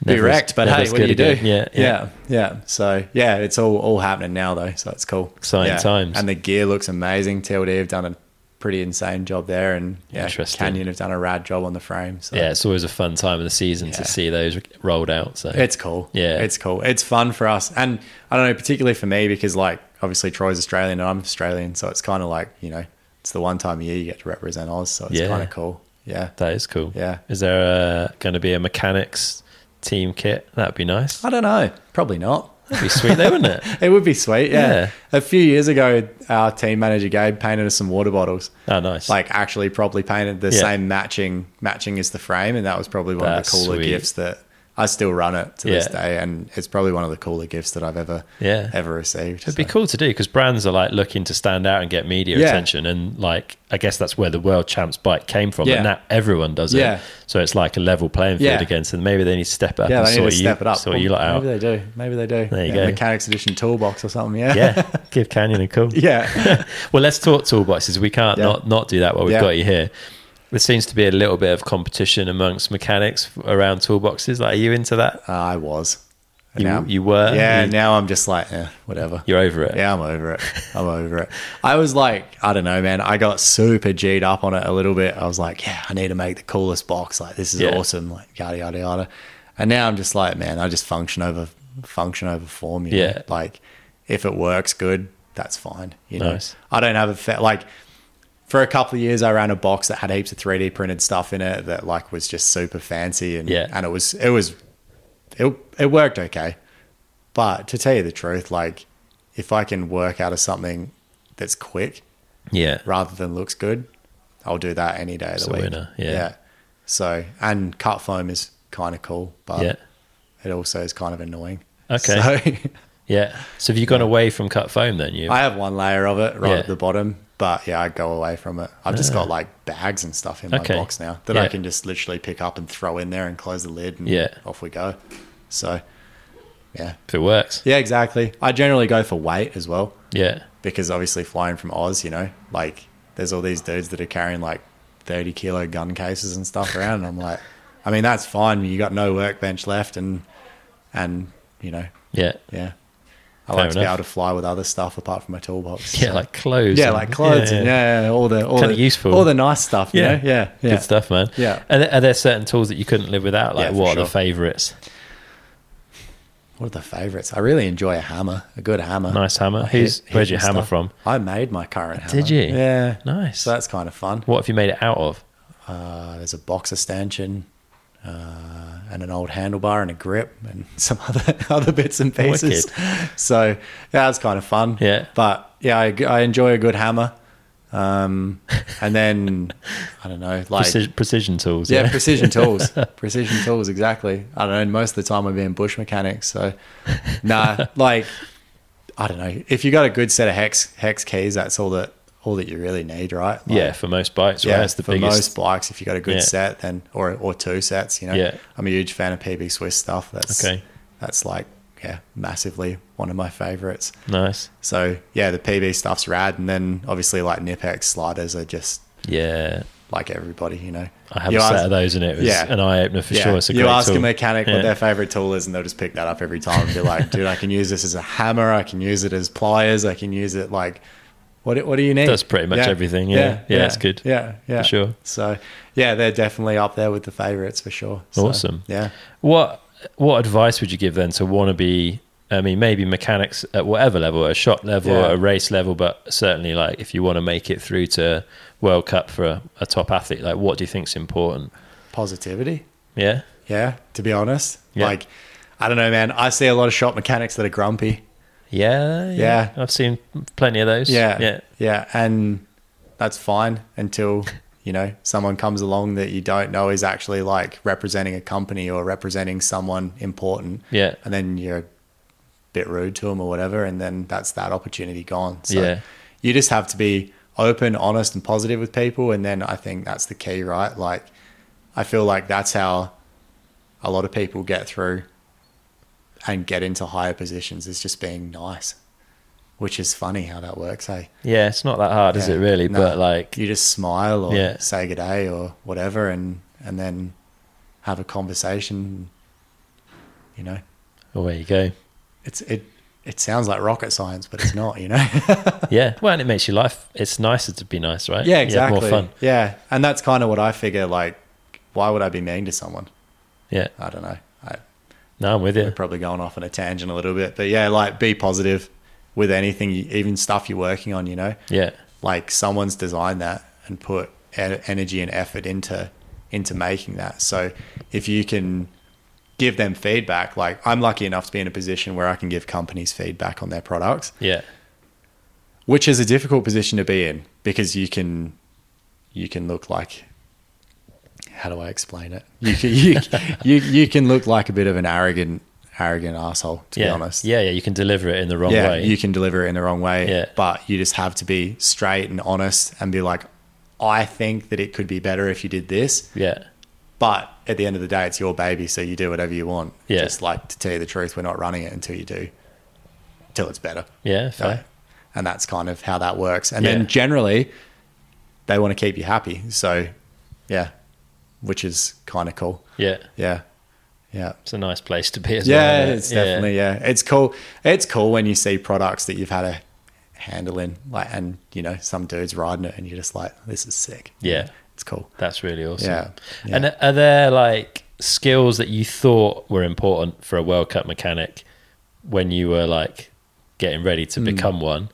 S3: be
S1: Never as-
S3: wrecked. But
S1: never
S3: hey,
S1: as
S3: what do you
S1: good
S3: do?
S1: again. Yeah, yeah.
S3: yeah, yeah. So yeah, it's all all happening now though, so it's cool.
S1: Exciting
S3: Yeah.
S1: times.
S3: And the gear looks amazing. TLD have done a pretty insane job there, and yeah,
S1: Interesting.
S3: Canyon have done a rad job on the frame. So
S1: yeah, it's always a fun time of the season to
S3: Yeah.
S1: see those rolled out. So
S3: it's cool.
S1: Yeah.
S3: it's cool. It's fun for us, and I don't know, particularly for me because like obviously Troy's Australian and I'm Australian, so it's kind of like you know, it's the one time a year you get to represent Oz, so it's
S1: Yeah.
S3: kind of cool. Yeah,
S1: that is cool.
S3: Yeah.
S1: Is there going to be a mechanics team kit? That'd be nice.
S3: I don't know. Probably not.
S1: That'd be sweet, though, wouldn't it?
S3: It would be sweet,
S1: Yeah.
S3: yeah. A few years ago, our team manager Gabe painted us some water bottles.
S1: Oh, nice.
S3: Like actually, probably painted the
S1: Yeah.
S3: same matching matching as the frame, and that was probably one
S1: That's
S3: of the cooler
S1: sweet.
S3: gifts that I still run it to this
S1: Yeah.
S3: day, and it's probably one of the cooler gifts that I've ever
S1: Yeah.
S3: ever received.
S1: It'd be cool to do because brands are like looking to stand out and get media
S3: Yeah.
S1: attention, and like I guess that's where the world champs bike came from.
S3: Yeah.
S1: And now everyone does it,
S3: Yeah.
S1: so it's like a level playing field
S3: Yeah.
S1: again. So maybe they need to step up
S3: yeah,
S1: and
S3: they need
S1: sort
S3: to
S1: you,
S3: step it up.
S1: sort
S3: Well,
S1: you lot out.
S3: Maybe they do. Maybe they do.
S1: There you
S3: Yeah,
S1: go.
S3: Mechanics Edition toolbox or something. Yeah.
S1: Yeah, give Canyon a call.
S3: yeah.
S1: well, let's talk toolboxes. We can't
S3: Yeah.
S1: not, not do that while we've
S3: Yeah.
S1: got you here. There seems to be a little bit of competition amongst mechanics around toolboxes. Like, are you into that?
S3: Uh, I was.
S1: You- you were?
S3: Yeah.
S1: You-
S3: now I'm just like, eh, whatever.
S1: You're over it.
S3: Yeah, I'm over it. I'm over it. I was like, I don't know, man. I got super G'd up on it a little bit. I was like, yeah, I need to make the coolest box. Like, this is
S1: Yeah.
S3: awesome. Like, yada yada yada. And now I'm just like, man, I just function over function over form. You know?
S1: Yeah.
S3: Like, if it works good, that's fine. You know,
S1: Nice.
S3: I don't have a fa- like. For a couple of years, I ran a box that had heaps of 3D printed stuff in it that like was just super fancy and
S1: Yeah.
S3: and it was it was it it worked okay. But to tell you the truth, like if I can work out of something that's quick
S1: Yeah.
S3: rather than looks good, I'll do that any day of
S1: It's
S3: the
S1: a
S3: week.
S1: winner, yeah.
S3: So and cut foam is kind of cool, but
S1: Yeah.
S3: it also is kind of annoying.
S1: Okay.
S3: So
S1: Yeah. So have you gone away from cut foam then? You?
S3: I have one layer of it right
S1: Yeah. Ah.
S3: at the bottom, but yeah, I go away from it. I've just got like bags and stuff in
S1: Okay.
S3: my box now that
S1: Yeah.
S3: I can just literally pick up and throw in there and close the lid and
S1: Yeah.
S3: off we go. So yeah.
S1: if it works.
S3: Yeah, exactly. I generally go for weight as well
S1: Yeah.
S3: because obviously flying from Oz, you know, like there's all these dudes that are carrying like 30 kilo gun cases and stuff around. And I'm like, I mean, that's fine. You got no workbench left and, and, you know,
S1: Yeah.
S3: yeah. I
S1: Fair
S3: like to be
S1: enough.
S3: able to fly with other stuff apart from my toolbox.
S1: Yeah. Like clothes.
S3: Yeah,
S1: and-
S3: like clothes and yeah, yeah, all the all
S1: Kinda
S3: the
S1: useful.
S3: all the nice stuff. you
S1: Yeah.
S3: know? yeah, yeah.
S1: Good stuff, man.
S3: Yeah.
S1: Are there, are there certain tools that you couldn't live without? Like,
S3: Yeah, for
S1: what are the
S3: sure.
S1: favorites?
S3: What are the favorites? I really enjoy a hammer, a good hammer.
S1: Nice hammer.
S3: I
S1: Who's-
S3: hit-
S1: where's your
S3: hitting
S1: hammer
S3: stuff.
S1: from?
S3: I made my current hammer.
S1: Did you?
S3: Yeah.
S1: Nice.
S3: So that's kind of fun.
S1: what have you made it out of?
S3: Uh, there's a boxer stanchion uh, and an old handlebar and a grip and some other other bits and pieces. So yeah, that's kind of fun.
S1: Yeah.
S3: But yeah, I, I enjoy a good hammer. Um, and then I don't know, like
S1: Precision, precision tools.
S3: yeah, precision tools, precision tools, exactly. I don't know. and Most of the time, I'm being bush mechanics, so nah. like, I don't know. If you got a good set of hex hex keys, that's all that all that you really need, right? Like,
S1: yeah. For most bikes, right? That's the
S3: for
S1: biggest.
S3: most bikes, if you got a good
S1: Yeah.
S3: set, then or or two sets, you know.
S1: Yeah.
S3: I'm a huge fan of PB Swiss stuff. That's
S1: Okay.
S3: That's like, yeah, massively one of my favorites.
S1: Nice.
S3: So yeah, the PB stuff's rad, and then obviously like Nipex sliders are just
S1: Yeah.
S3: like everybody, you know.
S1: I have
S3: You
S1: a set
S3: ask-
S1: of those and it was
S3: Yeah.
S1: an eye opener for
S3: yeah,
S1: sure. It's a
S3: you
S1: great
S3: ask
S1: tool.
S3: a mechanic
S1: Yeah.
S3: what their favorite tool is, and they'll just pick that up every time and be like, "Dude, I can use this as a hammer. I can use it as pliers. I can use it like, what? do- What do you need?"
S1: Does pretty much everything, yeah. Yeah, it's good.
S3: Yeah, yeah,
S1: For sure.
S3: So, yeah, they're definitely up there with the favorites for sure. So,
S1: Awesome.
S3: Yeah.
S1: What what advice would you give then to wannabe? I mean, maybe mechanics at whatever level, a shot level,
S3: Yeah.
S1: a race level, but certainly like if you want to make it through to World Cup for a, a top athlete, like what do you think's important?
S3: Positivity.
S1: Yeah,
S3: Yeah. To be honest,
S1: Yeah.
S3: like, I don't know, man. I see a lot of shop mechanics that are grumpy.
S1: yeah,
S3: Yeah.
S1: I've seen plenty of those.
S3: Yeah.
S1: yeah,
S3: Yeah. And that's fine until, you know, someone comes along that you don't know is actually like representing a company or representing someone important.
S1: Yeah.
S3: And then you're a bit rude to them or whatever. And then that's that opportunity gone. So
S1: Yeah.
S3: you just have to be open, honest, and positive with people. And then I think that's the key, right? Like, I feel like that's how a lot of people get through and get into higher positions is just being nice, which is funny how that works, eh? hey?
S1: yeah. It's not that hard, is
S3: Yeah.
S1: it really?
S3: No.
S1: But like,
S3: you just smile or
S1: Yeah.
S3: say good day or whatever and and then have a conversation you know
S1: away you go.
S3: it's it it sounds like rocket science but it's not you know
S1: Yeah, well, and it makes your life. It's nicer to be nice, right?
S3: yeah
S1: You have
S3: exactly
S1: more fun.
S3: yeah and that's kind of what i figure like why would i be mean to someone
S1: Yeah,
S3: i don't know I,
S1: no, I'm with
S3: we're
S1: you.
S3: probably going off on a tangent a little bit but yeah like be positive with anything you- even stuff you're working on you know
S1: Yeah,
S3: like someone's designed that and put e- energy and effort into into making that so if you can give them feedback like i'm lucky enough to be in a position where i can give companies feedback on their products
S1: yeah,
S3: which is a difficult position to be in because you can you can look like how do i explain it you can, you, you you can look like a bit of an arrogant arrogant asshole to
S1: yeah.
S3: be honest
S1: Yeah, yeah. You can deliver it in the wrong
S3: yeah,
S1: way.
S3: you can deliver it in the wrong way,
S1: Yeah.
S3: but you just have to be straight and honest and be like, I think that it could be better if you did this.
S1: yeah,
S3: But at the end of the day, it's your baby, so you do whatever you want.
S1: Yeah.
S3: Just like to tell you the truth, we're not running it until you do, till it's better.
S1: yeah. Fair.
S3: Right? And that's kind of how that works. And
S1: Yeah.
S3: then generally, they want to keep you happy. So, yeah, which is kind of cool.
S1: Yeah,
S3: Yeah. Yeah.
S1: it's a nice place to be as well.
S3: Yeah,
S1: isn't it?
S3: it's definitely yeah. It's cool. It's cool when you see products that you've had a handle in, like, and you know, some dudes riding it, and you're just like, this is sick.
S1: Yeah.
S3: it's cool.
S1: That's really awesome.
S3: Yeah, yeah.
S1: And are there like skills that you thought were important for a World Cup mechanic when you were like getting ready
S3: Hmm.
S1: to become one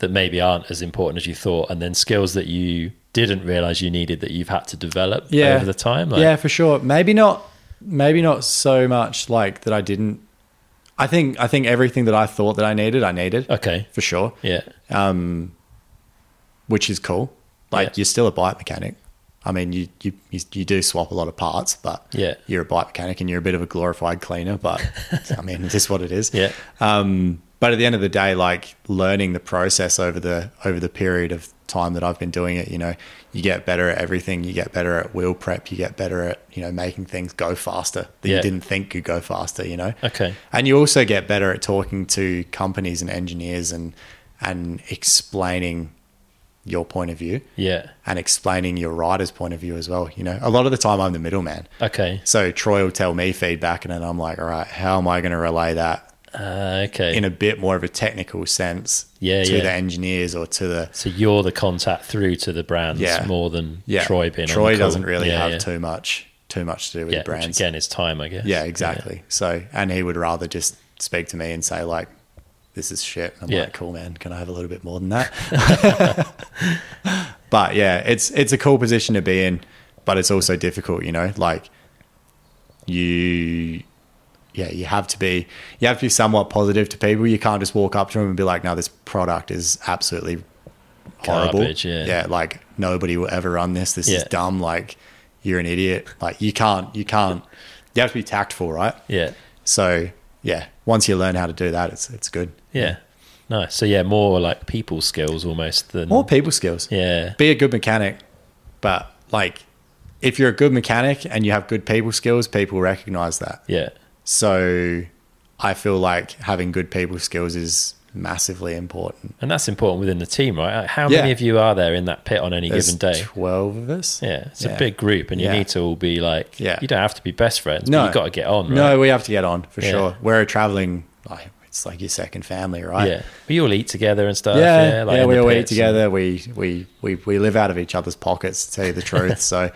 S1: that maybe aren't as important as you thought, and then skills that you didn't realize you needed that you've had to develop
S3: Yeah.
S1: over the time? Like,
S3: yeah, for sure. Maybe not. Maybe not so much like that. I didn't. I think. I think everything that I thought that I needed, I needed
S1: Okay.
S3: for sure,
S1: Yeah.
S3: which is cool. Like
S1: Yeah.
S3: you're still a bike mechanic. I mean, you, you you you do swap a lot of parts, but
S1: Yeah.
S3: you're a bike mechanic and you're a bit of a glorified cleaner. But I mean, it is what it is.
S1: Yeah.
S3: Um, but at the end of the day, like learning the process over the over the period of time that I've been doing it, you know, you get better at everything. You get better at wheel prep. You get better at you know making things go faster that
S1: Yeah.
S3: you didn't think could go faster. You know.
S1: Okay.
S3: And you also get better at talking to companies and engineers and and explaining your point of view
S1: Yeah.
S3: and explaining your rider's point of view as well. You know, a lot of the time I'm the middleman.
S1: Okay.
S3: So Troy will tell me feedback, and then I'm like, all right, how am I going to relay that
S1: Uh, okay.
S3: in a bit more of a technical sense
S1: Yeah,
S3: to
S1: yeah.
S3: the engineers or to the
S1: so you're the contact through to the brands
S3: Yeah.
S1: more than
S3: yeah.
S1: Troy being. on the
S3: Troy
S1: call.
S3: doesn't really
S1: Yeah,
S3: have
S1: yeah.
S3: too much too much to do with
S1: Yeah,
S3: the brands.
S1: which again is time, I guess.
S3: yeah, exactly. So and he would rather just speak to me and say like, "This is shit." I'm
S1: Yeah.
S3: like, "Cool, man. Can I have a little bit more than that?" but yeah, it's it's a cool position to be in, but it's also difficult. You know, like you. Yeah, you have to be you have to be somewhat positive to people. You can't just walk up to them and be like, "No, this product is absolutely horrible."
S1: Garbage, yeah.
S3: like nobody will ever run this. This is
S1: Yeah.
S3: dumb. Like you're an idiot. Like you can't you can't you have to be tactful, right?
S1: Yeah. yeah.
S3: So yeah, once you learn how to do that, it's it's good.
S1: Yeah. Nice. So yeah, more like people skills almost than
S3: More people skills.
S1: yeah.
S3: Be a good mechanic, but like if you're a good mechanic and you have good people skills, people recognize that.
S1: Yeah.
S3: So I feel like having good people skills is massively important.
S1: And that's important within the team, right? Like, How
S3: Yeah.
S1: many of you are there in that pit on any
S3: There's
S1: given day?
S3: twelve of us.
S1: Yeah, it's a big group, and you
S3: Yeah.
S1: need to all be like,
S3: Yeah.
S1: you don't have to be best friends,
S3: No,
S1: but you got to get on, right?
S3: No, we have to get on for
S1: Yeah.
S3: sure. We're traveling. Like, it's like your second family, right?
S1: Yeah, we all eat together and stuff.
S3: Yeah,
S1: like
S3: yeah,
S1: in
S3: we
S1: the
S3: all eat
S1: pits and-
S3: together. We, we we we live out of each other's pockets, to tell you the truth. so,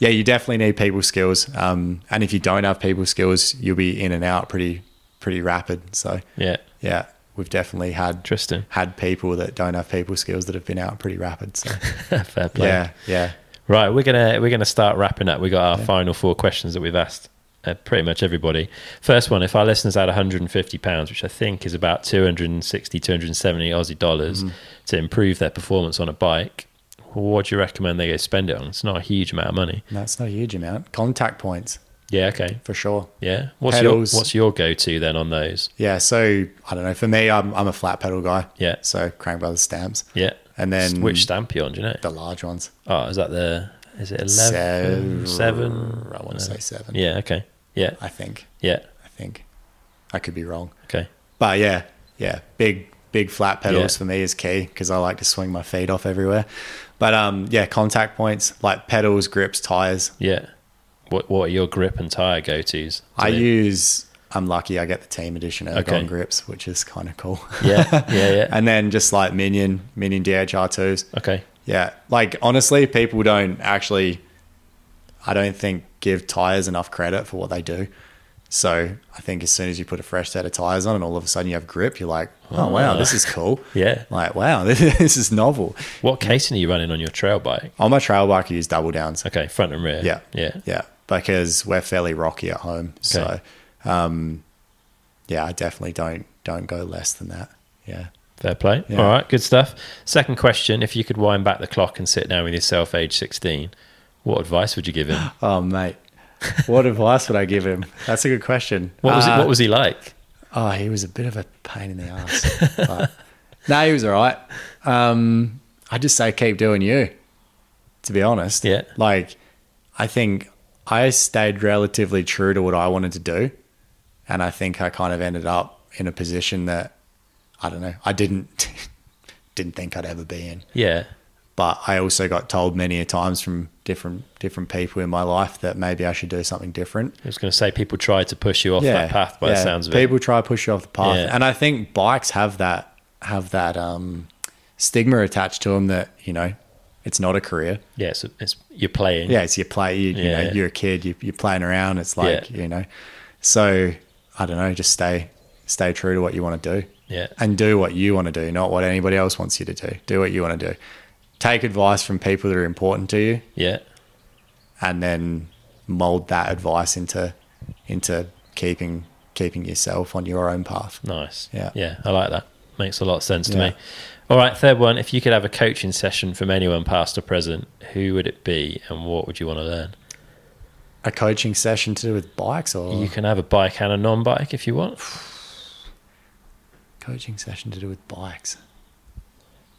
S3: yeah, you definitely need people skills. Um, and if you don't have people skills, you'll be in and out pretty pretty rapid. So,
S1: Yeah,
S3: yeah, we've definitely had
S1: interesting.
S3: had people that don't have people skills that have been out pretty rapid. So,
S1: Fair play.
S3: yeah, yeah,
S1: Right, we're gonna we're gonna start wrapping up. We got our final four questions that we've asked uh, pretty much everybody. First one: If our listeners had 150 pounds, which I think is about 260, 270 Aussie dollars,
S3: Mm-hmm.
S1: to improve their performance on a bike, what do you recommend they go spend it on? It's not a huge amount of money.
S3: that's not a huge amount. Contact points
S1: Yeah, okay,
S3: for sure.
S1: yeah. What's
S3: Pedals.
S1: your what's your go to then on those?
S3: Yeah, so I don't know. For me, I'm I'm a flat pedal guy.
S1: Yeah.
S3: so Crank Brothers stamps.
S1: Yeah,
S3: And then-
S1: which stamp you on? Do you know?
S3: the large ones.
S1: Oh, is that the is it 11,
S3: Seven.
S1: seven?
S3: I want to say seven.
S1: Yeah, okay, yeah,
S3: I think.
S1: yeah,
S3: I think. I could be wrong.
S1: okay.
S3: But yeah, yeah, big big flat pedals
S1: Yeah.
S3: for me is key because I like to swing my feet off everywhere. But um, yeah, contact points like pedals, grips, tires.
S1: Yeah. What what are your grip and tire go tos?
S3: I use. I'm lucky. I get the team edition Ergon
S1: Okay.
S3: grips, which is kind of cool.
S1: Yeah, yeah, yeah.
S3: and then just like Minion, Minion DHR twos.
S1: okay.
S3: Yeah. Like honestly, people don't actually I don't think give tires enough credit for what they do. So I think as soon as you put a fresh set of tires on and all of a sudden you have grip, you're like, Oh wow, this is cool.
S1: Yeah.
S3: Like, wow, this is novel.
S1: What casing are you running on your trail bike?
S3: On my trail bike I use double downs.
S1: Okay, front and rear.
S3: Yeah.
S1: Yeah.
S3: Yeah. Because we're fairly rocky at home. So
S1: Okay.
S3: um yeah, I definitely don't don't go less than that. Yeah.
S1: Fair play.
S3: Yeah.
S1: All right, good stuff. Second question, if you could wind back the clock and sit down with yourself age 16, what advice would you give him?
S3: Oh mate. What advice would I give him? That's a good question.
S1: What was
S3: Uh,
S1: he, what was he like?
S3: Oh, he was a bit of a pain in the ass. but, no, he was all right. Um, I just say keep doing you. To be honest,
S1: Yeah.
S3: Like, I think I stayed relatively true to what I wanted to do, and I think I kind of ended up in a position that I don't know. I didn't didn't think I'd ever be in
S1: Yeah.
S3: but I also got told many a times from different different people in my life that maybe I should do something different.
S1: I was going to say people tried to push you off that path by the
S3: yeah.
S1: sounds of
S3: people try to push you off the path,
S1: Yeah.
S3: and I think bikes have that have that um, stigma attached to them that you know it's not a career.
S1: it. Yeah, so it's, you're playing.
S3: Yeah, it's your play. You, you
S1: Mm. Yeah.
S3: know, you're a kid. You, you're playing around. It's like
S1: Yeah.
S3: you know. So I don't know. Just stay stay true to what you want to do.
S1: Yeah.
S3: and do what you want to do, not what anybody else wants you to do. Do what you want to do. Take advice from people that are important to you
S1: Yeah.
S3: and then mold that advice into into keeping keeping yourself on your own path.
S1: Nice.
S3: Yeah.
S1: Yeah, I like that. Makes a lot of sense to
S3: Yeah.
S1: me. All right, third one. If you could have a coaching session from anyone, past or present, who would it be and what would you want to learn?
S3: A coaching session to do with bikes or
S1: You can have a bike and a non bike if you want.
S3: coaching session to do with bikes.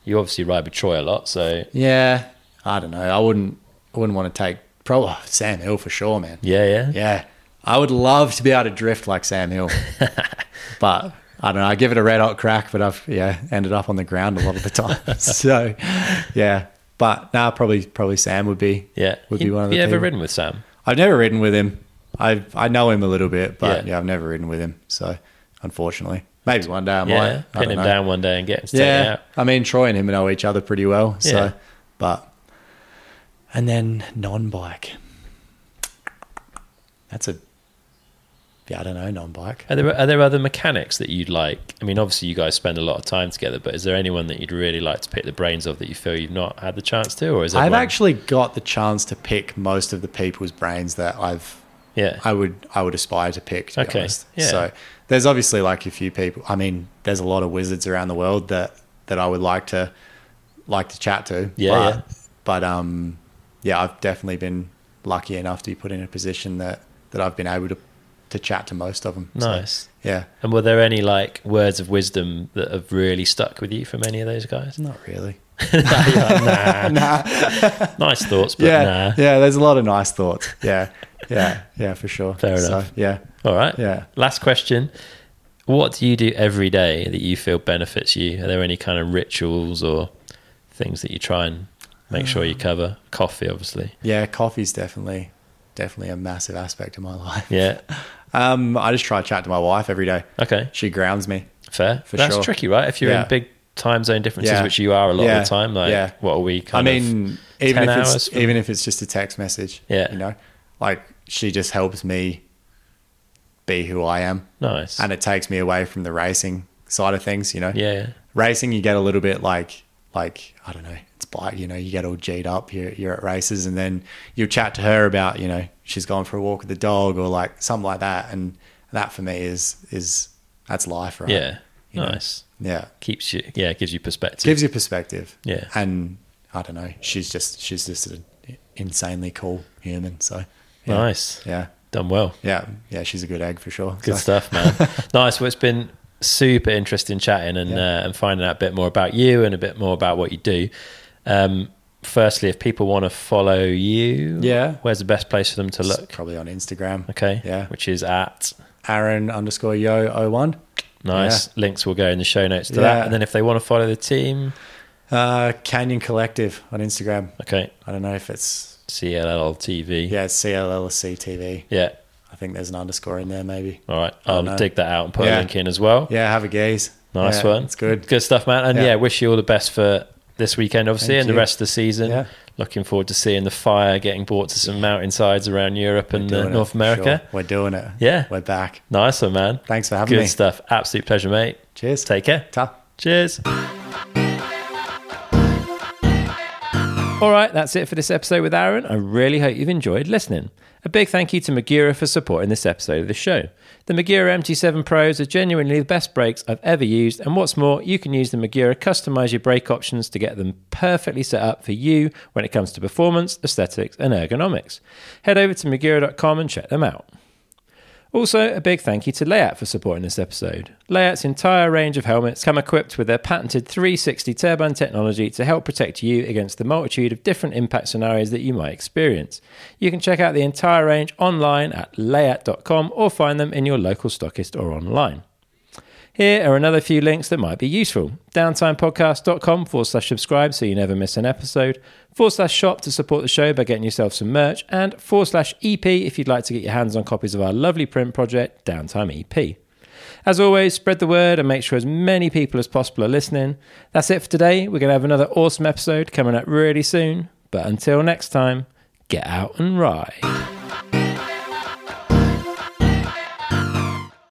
S1: You obviously ride with Troy a lot, so
S3: Yeah, I don't know. I wouldn't I wouldn't want to take pro oh, Sam Hill for sure, man.
S1: yeah, yeah.
S3: Yeah. I would love to be able to drift like Sam Hill. but I don't know. I give it a red hot crack, but I've yeah, ended up on the ground a lot of the time. so yeah. But nah, probably probably Sam would be
S1: Yeah.
S3: would
S1: You-
S3: be one of the
S1: You ever
S3: people.
S1: ridden with Sam?
S3: I've never ridden with him. I I know him a little bit, but
S1: Yeah.
S3: yeah, I've never ridden with him. So unfortunately, maybe one day I might.
S1: yeah.
S3: I
S1: Pin
S3: don't
S1: him
S3: know.
S1: down one day and get him to take it
S3: Yeah,
S1: out.
S3: I mean Troy and him know each other pretty well. So,
S1: Yeah.
S3: but and then non-bike. That's a yeah. I don't know non-bike.
S1: Are there, are there other mechanics that you'd like? I mean, obviously, you guys spend a lot of time together, but is there anyone that you'd really like to pick the brains of that you feel you've not had the chance to? Or is
S3: I've
S1: everyone-
S3: actually got the chance to pick most of the people's brains that I've
S1: Yeah.
S3: I would I would aspire to pick. To
S1: Okay,
S3: Be honest.
S1: yeah.
S3: So there's obviously like a few people. I mean, there's a lot of wizards around the world that that I would like to like to chat to.
S1: Yeah,
S3: But,
S1: yeah.
S3: but um, yeah, I've definitely been lucky enough to be put in a position that that I've been able to to chat to most of them.
S1: Nice.
S3: yeah.
S1: And were there any like words of wisdom that have really stuck with you from any of those guys?
S3: Not really.
S1: Nice thoughts, but
S3: yeah.
S1: nah.
S3: Yeah. There's a lot of nice thoughts. Yeah. Yeah. Yeah. For sure.
S1: Fair
S3: So,
S1: enough.
S3: yeah.
S1: All right.
S3: Yeah.
S1: Last question. What do you do every day that you feel benefits you? Are there any kind of rituals or things that you try and make sure
S3: Uh.
S1: you cover? Coffee, obviously.
S3: Yeah, coffee's definitely definitely a massive aspect of my life.
S1: Yeah.
S3: Um, I just try to chat to my wife every day.
S1: Okay.
S3: She grounds me.
S1: Fair.
S3: For
S1: That's
S3: sure.
S1: tricky, right? If you're
S3: Yeah.
S1: in big time zone differences,
S3: Yeah.
S1: which you are a lot
S3: Yeah.
S1: of the time, like
S3: Yeah.
S1: what are we?
S3: I
S1: Kind
S3: mean,
S1: of
S3: even
S1: 10
S3: if
S1: hours
S3: it's
S1: from-
S3: even if it's just a text message.
S1: Yeah.
S3: You know, like she just helps me be who I am,
S1: nice.
S3: and it takes me away from the racing side of things. You know.
S1: yeah, yeah.
S3: Racing, you get a little bit like like I don't know, it's bike. You know, you get all G'd up. You're you're at races, and then you chat to her about you know she's gone for a walk with the dog or like something like that, and that for me is is that's life, right?
S1: Yeah.
S3: You know.
S1: nice.
S3: Yeah.
S1: Keeps you. Yeah, gives you perspective.
S3: Gives you perspective.
S1: Yeah.
S3: And I don't know. She's just she's just an insanely cool human. So yeah.
S1: nice.
S3: Yeah.
S1: Done well.
S3: Yeah. Yeah. She's a good egg for sure.
S1: Good
S3: So-
S1: stuff, man. nice. Well, it's been super interesting chatting and
S3: Yeah.
S1: uh, and finding out a bit more about you and a bit more about what you do. Um, firstly, if people want to follow you,
S3: Yeah.
S1: where's the best place for them to look?
S3: Probably on Instagram.
S1: Okay,
S3: Yeah.
S1: which is at
S3: Aaron underscore yo 01.
S1: nice. Links will go in the show notes to
S3: Yeah.
S1: that, and then if they want to follow the team,
S3: Uh, Canyon Collective on Instagram.
S1: okay,
S3: I don't know if it's
S1: CLL TV.
S3: yeah, it's CLLCTV.
S1: yeah.
S3: I think there's an underscore in there maybe.
S1: All right,
S3: Oh,
S1: I'll
S3: no.
S1: dig that out and put a
S3: Yeah.
S1: link in as well.
S3: Yeah, have a gaze.
S1: Nice
S3: Yeah,
S1: one.
S3: It's good.
S1: Good stuff, man. And yeah.
S3: Yeah.
S1: wish you all the best for this weekend, obviously,
S3: Thank
S1: and the
S3: you.
S1: rest of the season.
S3: Yeah.
S1: Looking forward to seeing the fire getting brought to some mountainsides around Europe and
S3: Doing
S1: uh,
S3: it,
S1: North
S3: for
S1: America.
S3: sure. We're doing it.
S1: Yeah.
S3: We're back.
S1: Nice one, man.
S3: Thanks for having
S1: Good
S3: me.
S1: stuff. Absolute pleasure, mate.
S3: Cheers.
S1: Take care.
S3: Ta.
S1: Cheers. All right, that's it for this episode with Aaron. I really hope you've enjoyed listening. A big thank you to Magura for supporting this episode of the show. The Magura MT7 Pros are genuinely the best brakes I've ever used, and what's more, you can use the Magura customize your brake options to get them perfectly set up for you when it comes to performance, aesthetics, and ergonomics. Head over to magura.com and check them out. Also, a big thank you to Layout for supporting this episode. Layout's entire range of helmets come equipped with their patented 360 turbine technology to help protect you against the multitude of different impact scenarios that you might experience. You can check out the entire range online at layout.com or find them in your local stockist or online. Here are another few links that might be useful. Downtimepodcast.com forward slash subscribe so you never miss an episode, forward slash shop to support the show by getting yourself some merch, and forward slash EP if you'd like to get your hands on copies of our lovely print project, Downtime EP. As always, spread the word and make sure as many people as possible are listening. That's it for today. We're going to have another awesome episode coming up really soon. But until next time, get out and ride.